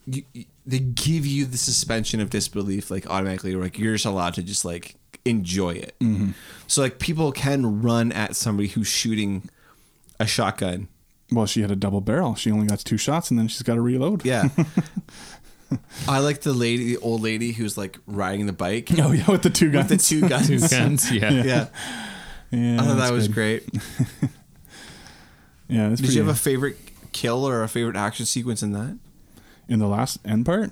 [SPEAKER 1] you, you- they give you the suspension of disbelief like automatically like you're just allowed to just like enjoy it
[SPEAKER 2] Mm-hmm.
[SPEAKER 1] so like people can run at somebody who's shooting a shotgun
[SPEAKER 2] Well, she had a double barrel. She only got two shots, and then she's got to reload.
[SPEAKER 1] yeah. I like the lady, the old lady who's like riding the bike
[SPEAKER 2] Oh yeah, with the two guns.
[SPEAKER 1] with the two guns.
[SPEAKER 3] Two guns, yeah.
[SPEAKER 1] yeah.
[SPEAKER 2] Yeah,
[SPEAKER 1] I thought
[SPEAKER 2] that's
[SPEAKER 1] that was
[SPEAKER 2] good.
[SPEAKER 1] great.
[SPEAKER 2] Yeah, that's
[SPEAKER 1] Did you
[SPEAKER 2] pretty-
[SPEAKER 1] have a favorite kill or a favorite action sequence in that?
[SPEAKER 2] in the last end part?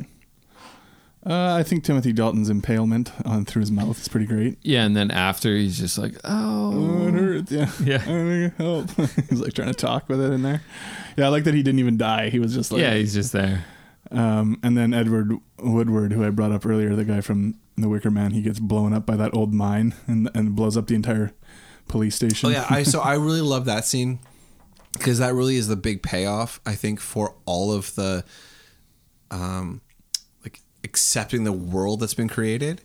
[SPEAKER 2] Uh, I think Timothy Dalton's impalement on through his mouth is pretty great.
[SPEAKER 3] Yeah, and then after he's just like,
[SPEAKER 2] Oh,
[SPEAKER 3] oh,
[SPEAKER 2] it hurts. Yeah.
[SPEAKER 3] Yeah.
[SPEAKER 2] Oh, help. He's like trying to talk with it in there. Yeah, I like that he didn't even die. He was just like.
[SPEAKER 3] yeah, he's just there.
[SPEAKER 2] Um, and then Edward Woodward, who I brought up earlier, the guy from The Wicker Man, he gets blown up by that old mine and, and blows up the entire police station.
[SPEAKER 1] Oh yeah, I so I really love that scene because that really is the big payoff I think for all of the um like accepting the world that's been created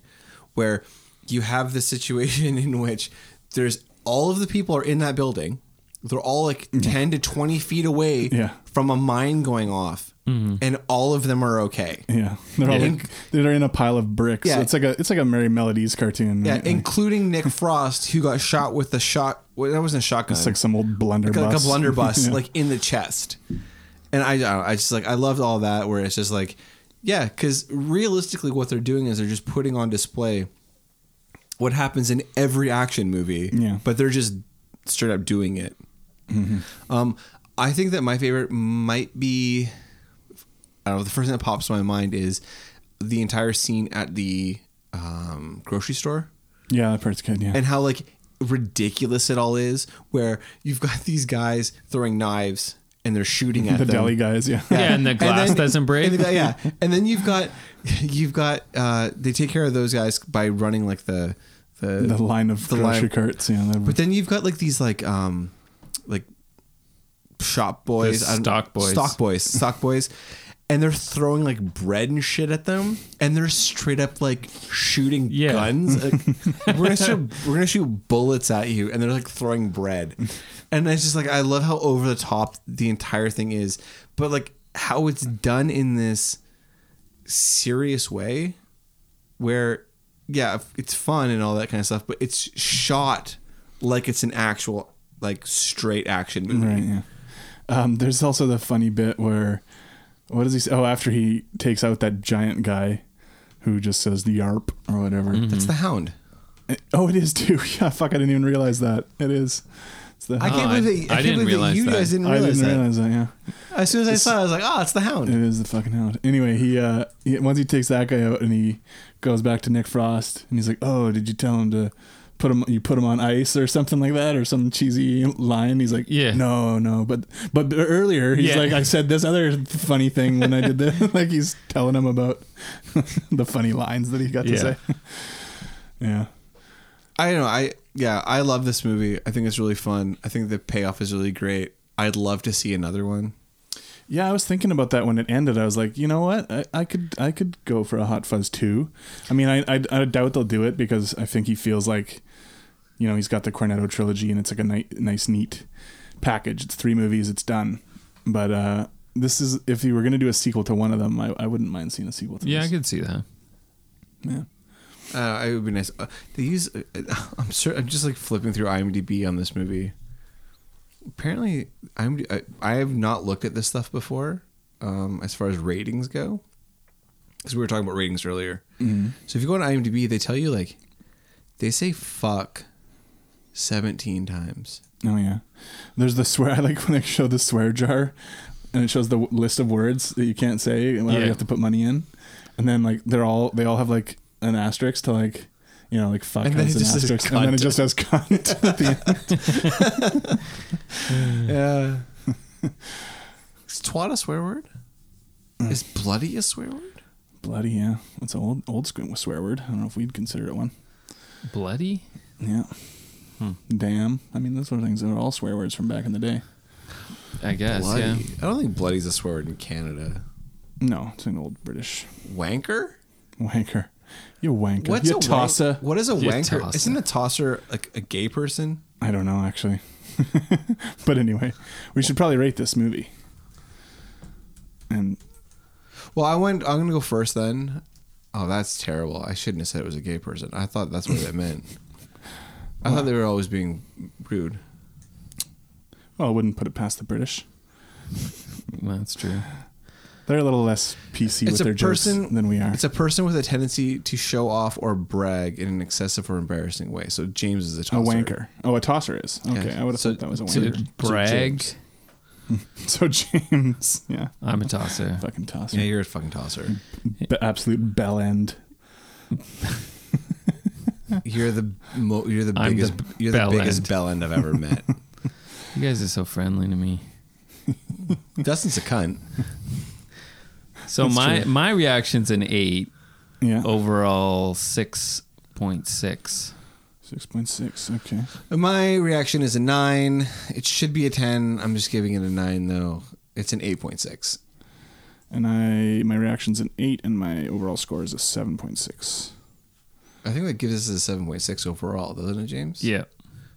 [SPEAKER 1] where you have this situation in which there's all of the people are in that building. They're all like 10 to 20 feet away
[SPEAKER 2] Yeah. Mm-hmm.
[SPEAKER 1] from a mine going off and all of them are okay.
[SPEAKER 2] Yeah, they're all
[SPEAKER 1] Yeah.
[SPEAKER 2] like, they're in a pile of bricks.
[SPEAKER 1] Yeah.
[SPEAKER 2] it's like a it's like a Merry Melodies cartoon.
[SPEAKER 1] Yeah,
[SPEAKER 2] right? Like,
[SPEAKER 1] including Nick Frost, who got shot with the shot. Well, that wasn't a shotgun.
[SPEAKER 2] it's like some old blunderbuss,
[SPEAKER 1] like a blunderbuss,
[SPEAKER 2] Yeah.
[SPEAKER 1] like in the chest. And I, I, don't know, I just like I loved all that. Where it's just like, yeah, because realistically, what they're doing is they're just putting on display what happens in every action movie.
[SPEAKER 2] Yeah. Mm-hmm.
[SPEAKER 1] but they're just straight up doing it. Um, I think that my favorite might be, I don't know, the first thing that pops to my mind is the entire scene at the um, grocery store
[SPEAKER 2] yeah, that part's good. Yeah,
[SPEAKER 1] and how like ridiculous it all is where you've got these guys throwing knives and they're shooting at
[SPEAKER 2] the
[SPEAKER 1] them.
[SPEAKER 2] deli guys. Yeah,
[SPEAKER 3] Yeah, and the glass doesn't break.
[SPEAKER 1] and the guy- yeah, and then you've got you've got uh, they take care of those guys by running like the the,
[SPEAKER 2] the line of
[SPEAKER 1] The
[SPEAKER 2] grocery
[SPEAKER 1] line.
[SPEAKER 2] carts. Yeah,
[SPEAKER 3] Um,
[SPEAKER 2] that-
[SPEAKER 1] But then you've got like these like um like shop boys, I don't-
[SPEAKER 3] stock boys.
[SPEAKER 1] stock boys, stock boys, and they're throwing like bread and shit at them, and they're straight up like shooting
[SPEAKER 3] Yeah.
[SPEAKER 1] guns. Like, we're gonna shoot, we're gonna shoot bullets at you, and they're like throwing bread, and it's just like I love how over the top the entire thing is, but like how it's done in this serious way where yeah it's fun and all that kind of stuff but it's shot like it's an actual like straight action movie
[SPEAKER 2] right. Yeah. Um, there's also the funny bit where what does he say? Oh, after he takes out that giant guy who just says the yarp or whatever.
[SPEAKER 1] it's the hound
[SPEAKER 2] Oh, it is too. Yeah, fuck, I didn't even realize that. It is. It's the
[SPEAKER 1] i
[SPEAKER 3] Oh,
[SPEAKER 1] can't
[SPEAKER 3] I-
[SPEAKER 1] believe that,
[SPEAKER 3] I
[SPEAKER 1] I, can't
[SPEAKER 3] didn't
[SPEAKER 1] believe that
[SPEAKER 3] realize
[SPEAKER 1] you
[SPEAKER 3] that.
[SPEAKER 1] guys didn't
[SPEAKER 2] I
[SPEAKER 1] realize
[SPEAKER 2] didn't
[SPEAKER 1] that
[SPEAKER 2] realize that. Yeah.
[SPEAKER 1] as soon as i saw it i was like oh it's the hound
[SPEAKER 2] It is the fucking hound. Anyway, he uh he, once he takes that guy out and he goes back to Nick Frost and he's like, "Oh, did you tell him to put him you put him on ice or something like that or some cheesy line?" He's like,
[SPEAKER 3] Yeah.
[SPEAKER 2] no, no." But but earlier he's
[SPEAKER 3] Yeah.
[SPEAKER 2] like, "I said this other funny thing when I did this." like he's telling him about the funny lines that he got to
[SPEAKER 3] Yeah.
[SPEAKER 2] say. yeah.
[SPEAKER 1] i don't know i yeah i love this movie i think it's really fun i think the payoff is really great i'd love to see another one
[SPEAKER 2] Yeah, I was thinking about that when it ended. I was like, you know what? I, I could I could go for a Hot Fuzz two. I mean, I, I I doubt they'll do it because I think he feels like, you know, he's got the Cornetto trilogy and it's like a ni- nice neat package. It's three movies. It's done. But uh, this is if you were gonna do a sequel to one of them, I, I wouldn't mind seeing a sequel to
[SPEAKER 3] Yeah, I
[SPEAKER 2] this.
[SPEAKER 3] could see that.
[SPEAKER 2] yeah.
[SPEAKER 1] uh, it would be nice. Uh, they use. Uh, I'm sure. I'm just like flipping through IMDb on this movie. Apparently, I'm. I, I have not looked at this stuff before, um, as far as ratings go, because we were talking about ratings earlier.
[SPEAKER 2] Mm-hmm.
[SPEAKER 1] So if you go on IMDb, they tell you like, they say fuck, seventeen times.
[SPEAKER 2] Oh yeah, there's the swear. I like when they show the swear jar, and it shows the w- list of words that you can't say and whatever
[SPEAKER 3] Yeah.
[SPEAKER 2] you have to put money in, and then like they're all they all have like an asterisk to like you know like fuck
[SPEAKER 1] And then
[SPEAKER 2] has
[SPEAKER 1] it
[SPEAKER 2] an
[SPEAKER 1] just says
[SPEAKER 2] asterisk, and then it
[SPEAKER 1] cunt.
[SPEAKER 2] just says cunt at the end.
[SPEAKER 1] Yeah. Is twat a swear word? Is bloody a swear word?
[SPEAKER 2] Bloody yeah, it's an old old school swear word. I don't know if we'd consider it one.
[SPEAKER 3] Bloody?
[SPEAKER 2] Yeah,
[SPEAKER 1] Hmm.
[SPEAKER 2] damn. I mean, those sort of things are all swear words from back in the day.
[SPEAKER 3] I guess.
[SPEAKER 1] Bloody.
[SPEAKER 3] Yeah.
[SPEAKER 1] I don't think bloody's a swear word in Canada.
[SPEAKER 2] No, it's an old British
[SPEAKER 1] Wanker?
[SPEAKER 2] wanker. You wanker.
[SPEAKER 1] What's
[SPEAKER 2] you
[SPEAKER 1] a
[SPEAKER 2] tosser.
[SPEAKER 1] Wank- what is a
[SPEAKER 3] You
[SPEAKER 1] wanker?
[SPEAKER 3] tosser.
[SPEAKER 1] Isn't a tosser like a gay person?
[SPEAKER 2] I don't know actually. but anyway, we should probably rate this movie. And
[SPEAKER 1] Well, I went. I'm gonna go first then. Oh, that's terrible. I shouldn't have said it was a gay person. I thought that's what it meant. I thought they were always being rude.
[SPEAKER 2] well, I wouldn't put it past the British.
[SPEAKER 3] Well, that's true.
[SPEAKER 2] They're a little less PC
[SPEAKER 1] It's
[SPEAKER 2] with
[SPEAKER 1] a
[SPEAKER 2] their jokes
[SPEAKER 1] person
[SPEAKER 2] than we are.
[SPEAKER 1] It's a person with a tendency to show off or brag in an excessive or embarrassing way. So James is a
[SPEAKER 2] a
[SPEAKER 1] tosser.
[SPEAKER 2] wanker. Oh, a tosser is. Okay,
[SPEAKER 1] Yeah.
[SPEAKER 2] I would have
[SPEAKER 1] So
[SPEAKER 2] thought that was a
[SPEAKER 3] To
[SPEAKER 2] wanker.
[SPEAKER 3] brag,
[SPEAKER 1] James.
[SPEAKER 2] so James, yeah,
[SPEAKER 3] I'm a tosser.
[SPEAKER 2] fucking tosser.
[SPEAKER 1] Yeah, you're a fucking tosser.
[SPEAKER 2] B- absolute bell end.
[SPEAKER 1] You're the mo- you're the
[SPEAKER 3] I'm the
[SPEAKER 1] biggest you're the
[SPEAKER 3] bell
[SPEAKER 1] biggest
[SPEAKER 3] end.
[SPEAKER 1] bell end I've ever met.
[SPEAKER 3] You guys are so friendly to me.
[SPEAKER 1] Dustin's a cunt.
[SPEAKER 3] So
[SPEAKER 2] That's
[SPEAKER 3] my
[SPEAKER 2] true.
[SPEAKER 3] my reaction's an eight
[SPEAKER 2] Yeah.
[SPEAKER 1] Oh.
[SPEAKER 3] overall, six point six.
[SPEAKER 2] Six point six. Okay.
[SPEAKER 1] My reaction is a nine. It should be a ten. I'm just giving it a nine though. It's an eight point six.
[SPEAKER 2] And I my reaction's an eight, and my overall score is a seven point six.
[SPEAKER 1] I think that gives us a seven point six overall, doesn't it, James?
[SPEAKER 3] Yeah.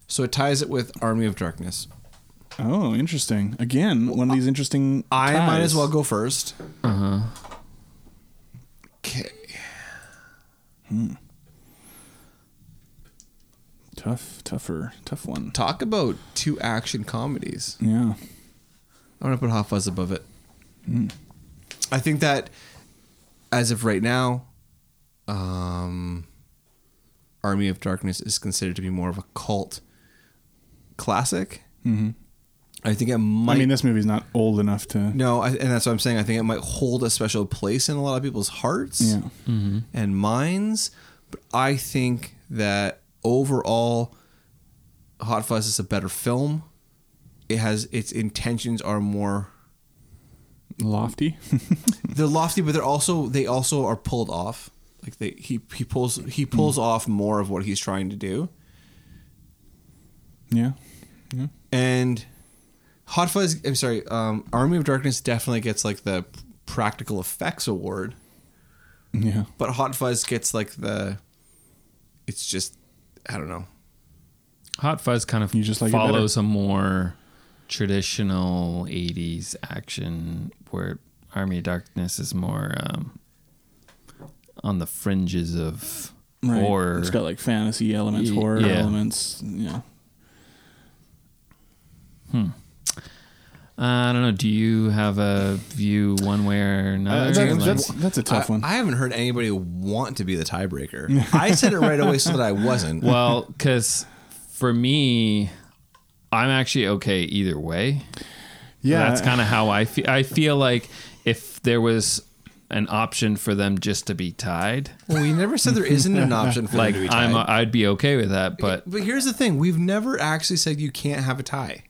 [SPEAKER 1] So it ties it with Army of Darkness.
[SPEAKER 2] Oh, interesting. Again, one of these interesting.
[SPEAKER 1] I might
[SPEAKER 2] ties.
[SPEAKER 1] as well go first.
[SPEAKER 3] Uh huh.
[SPEAKER 1] Okay.
[SPEAKER 2] Tough, tougher, tough one.
[SPEAKER 1] Talk about two action comedies.
[SPEAKER 2] Yeah.
[SPEAKER 1] I'm gonna put Hot Fuzz above it.
[SPEAKER 2] Mm.
[SPEAKER 1] I think that as of right now, um, Army of Darkness is considered to be more of a cult classic.
[SPEAKER 2] Mm-hmm.
[SPEAKER 1] I think it might.
[SPEAKER 2] I mean, this movie's not old enough to.
[SPEAKER 1] no, I, and that's what I'm saying. I think it might hold a special place in a lot of people's hearts
[SPEAKER 2] Yeah.
[SPEAKER 1] and minds. But I think that overall, Hot Fuzz is a better film. It has its intentions are more
[SPEAKER 2] Lofty.
[SPEAKER 1] they're lofty, but they're also they also are pulled off. Like they he he pulls he
[SPEAKER 2] Hmm.
[SPEAKER 1] pulls off more of what he's trying to do.
[SPEAKER 2] yeah.
[SPEAKER 1] And Hot Fuzz, I'm sorry, um, Army of Darkness definitely gets like the practical effects award,
[SPEAKER 2] Yeah.
[SPEAKER 1] but Hot Fuzz gets like the it's just I don't know.
[SPEAKER 3] Hot Fuzz kind of
[SPEAKER 2] You just like it
[SPEAKER 3] follows a more traditional '80s action, where Army of Darkness is more um, on the fringes of horror.
[SPEAKER 2] It's got like fantasy elements,
[SPEAKER 3] Y-
[SPEAKER 2] horror
[SPEAKER 3] yeah.
[SPEAKER 2] elements. Yeah.
[SPEAKER 3] Uh, I don't know. Do you have a view one way or another?
[SPEAKER 2] Uh, that-
[SPEAKER 3] Like-
[SPEAKER 2] that's, that's a tough
[SPEAKER 1] I,
[SPEAKER 2] one.
[SPEAKER 1] I haven't heard anybody want to be the tiebreaker. I said it right away so that I wasn't.
[SPEAKER 3] well, because for me, I'm actually okay either way.
[SPEAKER 2] yeah.
[SPEAKER 3] that's kind of how I feel. I feel like if there was an option for them just to be tied,
[SPEAKER 1] Well, we never said there isn't an option for
[SPEAKER 3] like
[SPEAKER 1] them to be tied.
[SPEAKER 3] I'm, uh, I'd be okay with that. But
[SPEAKER 1] but here's the thing: we've never actually said you can't have a tie.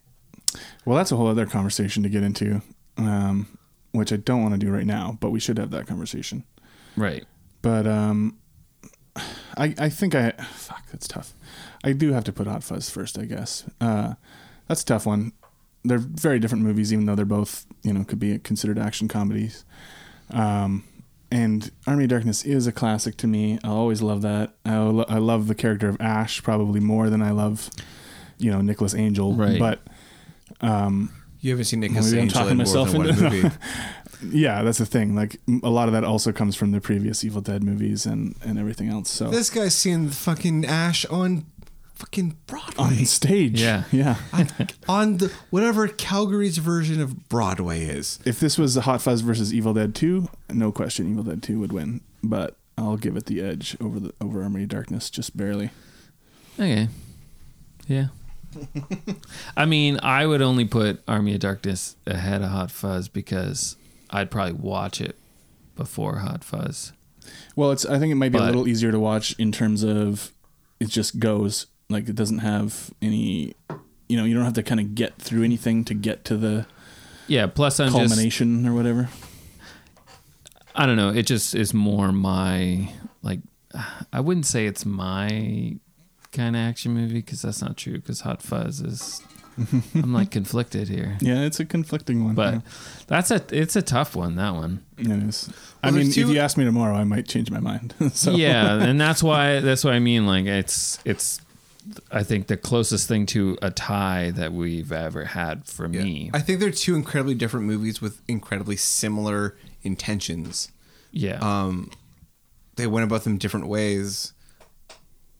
[SPEAKER 2] Well, that's a whole other conversation to get into, um, which I don't want to do right now, but we should have that conversation.
[SPEAKER 3] right,
[SPEAKER 2] But um, I, I think I fuck that's tough. I do have to put Hot Fuzz first, I guess. Uh, that's a tough one. They're very different movies, even though they're both you know could be considered action comedies. Um, and Army of Darkness is a classic to me. I always love that. I, lo- I love the character of Ash probably more than I love you know Nicholas Angel.
[SPEAKER 3] Right.
[SPEAKER 2] But um,
[SPEAKER 1] You haven't seen Nick Angel
[SPEAKER 2] Maybe I'm
[SPEAKER 1] in
[SPEAKER 2] talking
[SPEAKER 1] more
[SPEAKER 2] myself
[SPEAKER 1] than one
[SPEAKER 2] into-
[SPEAKER 1] movie.
[SPEAKER 2] yeah, that's the thing. Like m- a lot of that also comes from the previous Evil Dead movies and and everything else. So
[SPEAKER 1] this guy's seen fucking Ash on fucking Broadway.
[SPEAKER 2] on stage.
[SPEAKER 3] Yeah.
[SPEAKER 2] Yeah.
[SPEAKER 1] on the whatever Calgary's version of Broadway is.
[SPEAKER 2] If this was the Hot Fuzz versus Evil Dead 2, no question Evil Dead 2 would win, but I'll give it the edge over the over Armory of Darkness just barely.
[SPEAKER 3] okay, yeah. I mean, I would only put Army of Darkness ahead of Hot Fuzz because I'd probably watch it before Hot Fuzz.
[SPEAKER 2] Well, it's I think it might be a
[SPEAKER 3] But-
[SPEAKER 2] little easier to watch in terms of it just goes like it doesn't have any you know, you don't have to kind of get through anything to get to the
[SPEAKER 3] Yeah. Plus, I'm just
[SPEAKER 2] culmination or whatever.
[SPEAKER 3] I don't know. It just is more my like. I wouldn't say it's my kind of action movie because that's not true because Hot Fuzz is. I'm like conflicted here,
[SPEAKER 2] Yeah, it's a conflicting one.
[SPEAKER 3] but that's a it's a tough one. That one.
[SPEAKER 2] yeah. it is. I
[SPEAKER 1] Well,
[SPEAKER 2] mean,
[SPEAKER 1] there's two-
[SPEAKER 2] if you ask me tomorrow, I might change my mind. so
[SPEAKER 3] Yeah, and that's why that's what I mean. Like it's it's. I think the closest thing to a tie that we've ever had for
[SPEAKER 1] Yeah.
[SPEAKER 3] me.
[SPEAKER 1] I think they're two incredibly different movies with incredibly similar intentions.
[SPEAKER 3] yeah.
[SPEAKER 1] Um, they went about them different ways.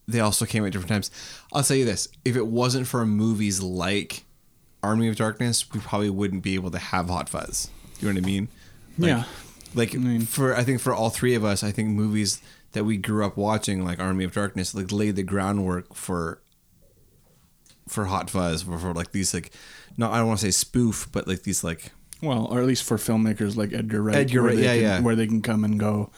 [SPEAKER 1] They also came at different times. I'll tell you this: if it wasn't for movies like Army of Darkness, we probably wouldn't be able to have Hot Fuzz. You know what I mean? Like,
[SPEAKER 2] Yeah.
[SPEAKER 1] Like
[SPEAKER 2] I mean-
[SPEAKER 1] for I think for all three of us, I think movies that we grew up watching, like Army of Darkness, like laid the groundwork for for Hot Fuzz, for, for like these like, no, I don't want to say spoof, but like these like
[SPEAKER 2] Well, or at least for filmmakers like Edgar Wright,
[SPEAKER 1] Edgar Wright,
[SPEAKER 2] where they
[SPEAKER 1] yeah,
[SPEAKER 2] can,
[SPEAKER 1] yeah.
[SPEAKER 2] where they can come and go.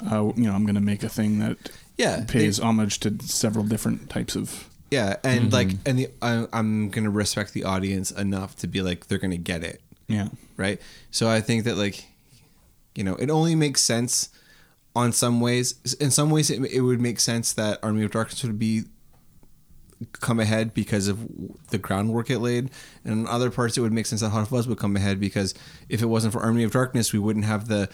[SPEAKER 2] Uh, you know, I'm going to make a thing that
[SPEAKER 1] Yeah,
[SPEAKER 2] pays
[SPEAKER 1] they-
[SPEAKER 2] homage to several different types of.
[SPEAKER 1] Yeah, and
[SPEAKER 2] Mm-hmm.
[SPEAKER 1] like, and the I, I'm gonna respect the audience enough to be like, they're gonna get it,
[SPEAKER 2] Yeah,
[SPEAKER 1] right? So I think that like, you know, it only makes sense on some ways. In some ways, it, it would make sense that Army of Darkness would be come ahead because of the groundwork it laid, and in other parts, it would make sense that Hot Fuzz would come ahead because if it wasn't for Army of Darkness, we wouldn't have the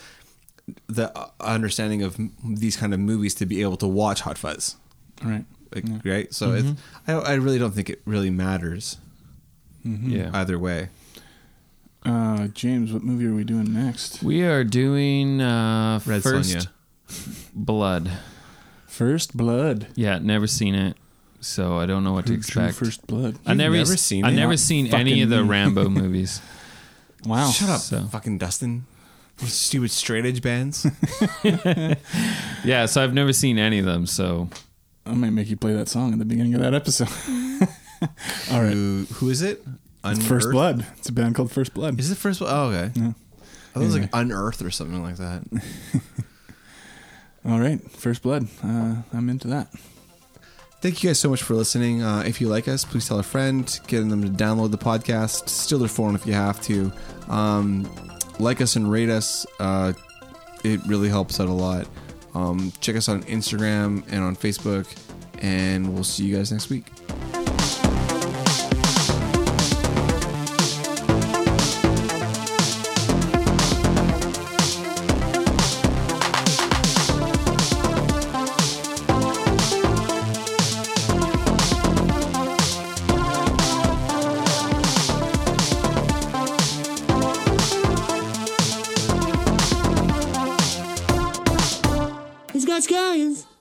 [SPEAKER 1] the uh, understanding of m- these kind of movies to be able to watch Hot Fuzz
[SPEAKER 2] right.
[SPEAKER 1] like, right? So it's, I, don't- I really don't think it really matters hmm,
[SPEAKER 3] yeah.
[SPEAKER 1] either way.
[SPEAKER 2] Uh, James, what movie are we doing next?
[SPEAKER 3] we are doing uh,
[SPEAKER 1] Red
[SPEAKER 3] first
[SPEAKER 1] Sonja.
[SPEAKER 3] blood.
[SPEAKER 2] First Blood.
[SPEAKER 3] Yeah, never seen it, so I don't know what to
[SPEAKER 2] Who drew
[SPEAKER 3] expect.
[SPEAKER 2] First Blood.
[SPEAKER 3] I never,
[SPEAKER 1] never seen
[SPEAKER 3] seen. I
[SPEAKER 1] it?
[SPEAKER 3] never
[SPEAKER 2] Not
[SPEAKER 3] seen any of the
[SPEAKER 2] fucking-
[SPEAKER 3] Rambo movies.
[SPEAKER 2] Wow.
[SPEAKER 1] Shut up,
[SPEAKER 3] So-
[SPEAKER 1] fucking Dustin. Those stupid straight edge bands.
[SPEAKER 3] Yeah, so I've never seen any of them. So
[SPEAKER 2] I might make you play that song at the beginning of that episode. All right.
[SPEAKER 1] who, who is it? Unearth?
[SPEAKER 2] First Blood. It's a band called First Blood.
[SPEAKER 1] Is it First Blood? Oh, okay.
[SPEAKER 2] Yeah.
[SPEAKER 1] I thought it was
[SPEAKER 2] Anyway.
[SPEAKER 1] like Unearth or something like that.
[SPEAKER 2] All right. First Blood. Uh, I'm into that.
[SPEAKER 1] Thank you guys so much for listening. Uh, if you like us, please tell a friend, getting them to download the podcast, steal their phone if you have to. Um, like us and rate us. Uh, it really helps out a lot. Um, check us on Instagram and on Facebook, and we'll see you guys next week.
[SPEAKER 4] He's got scallions.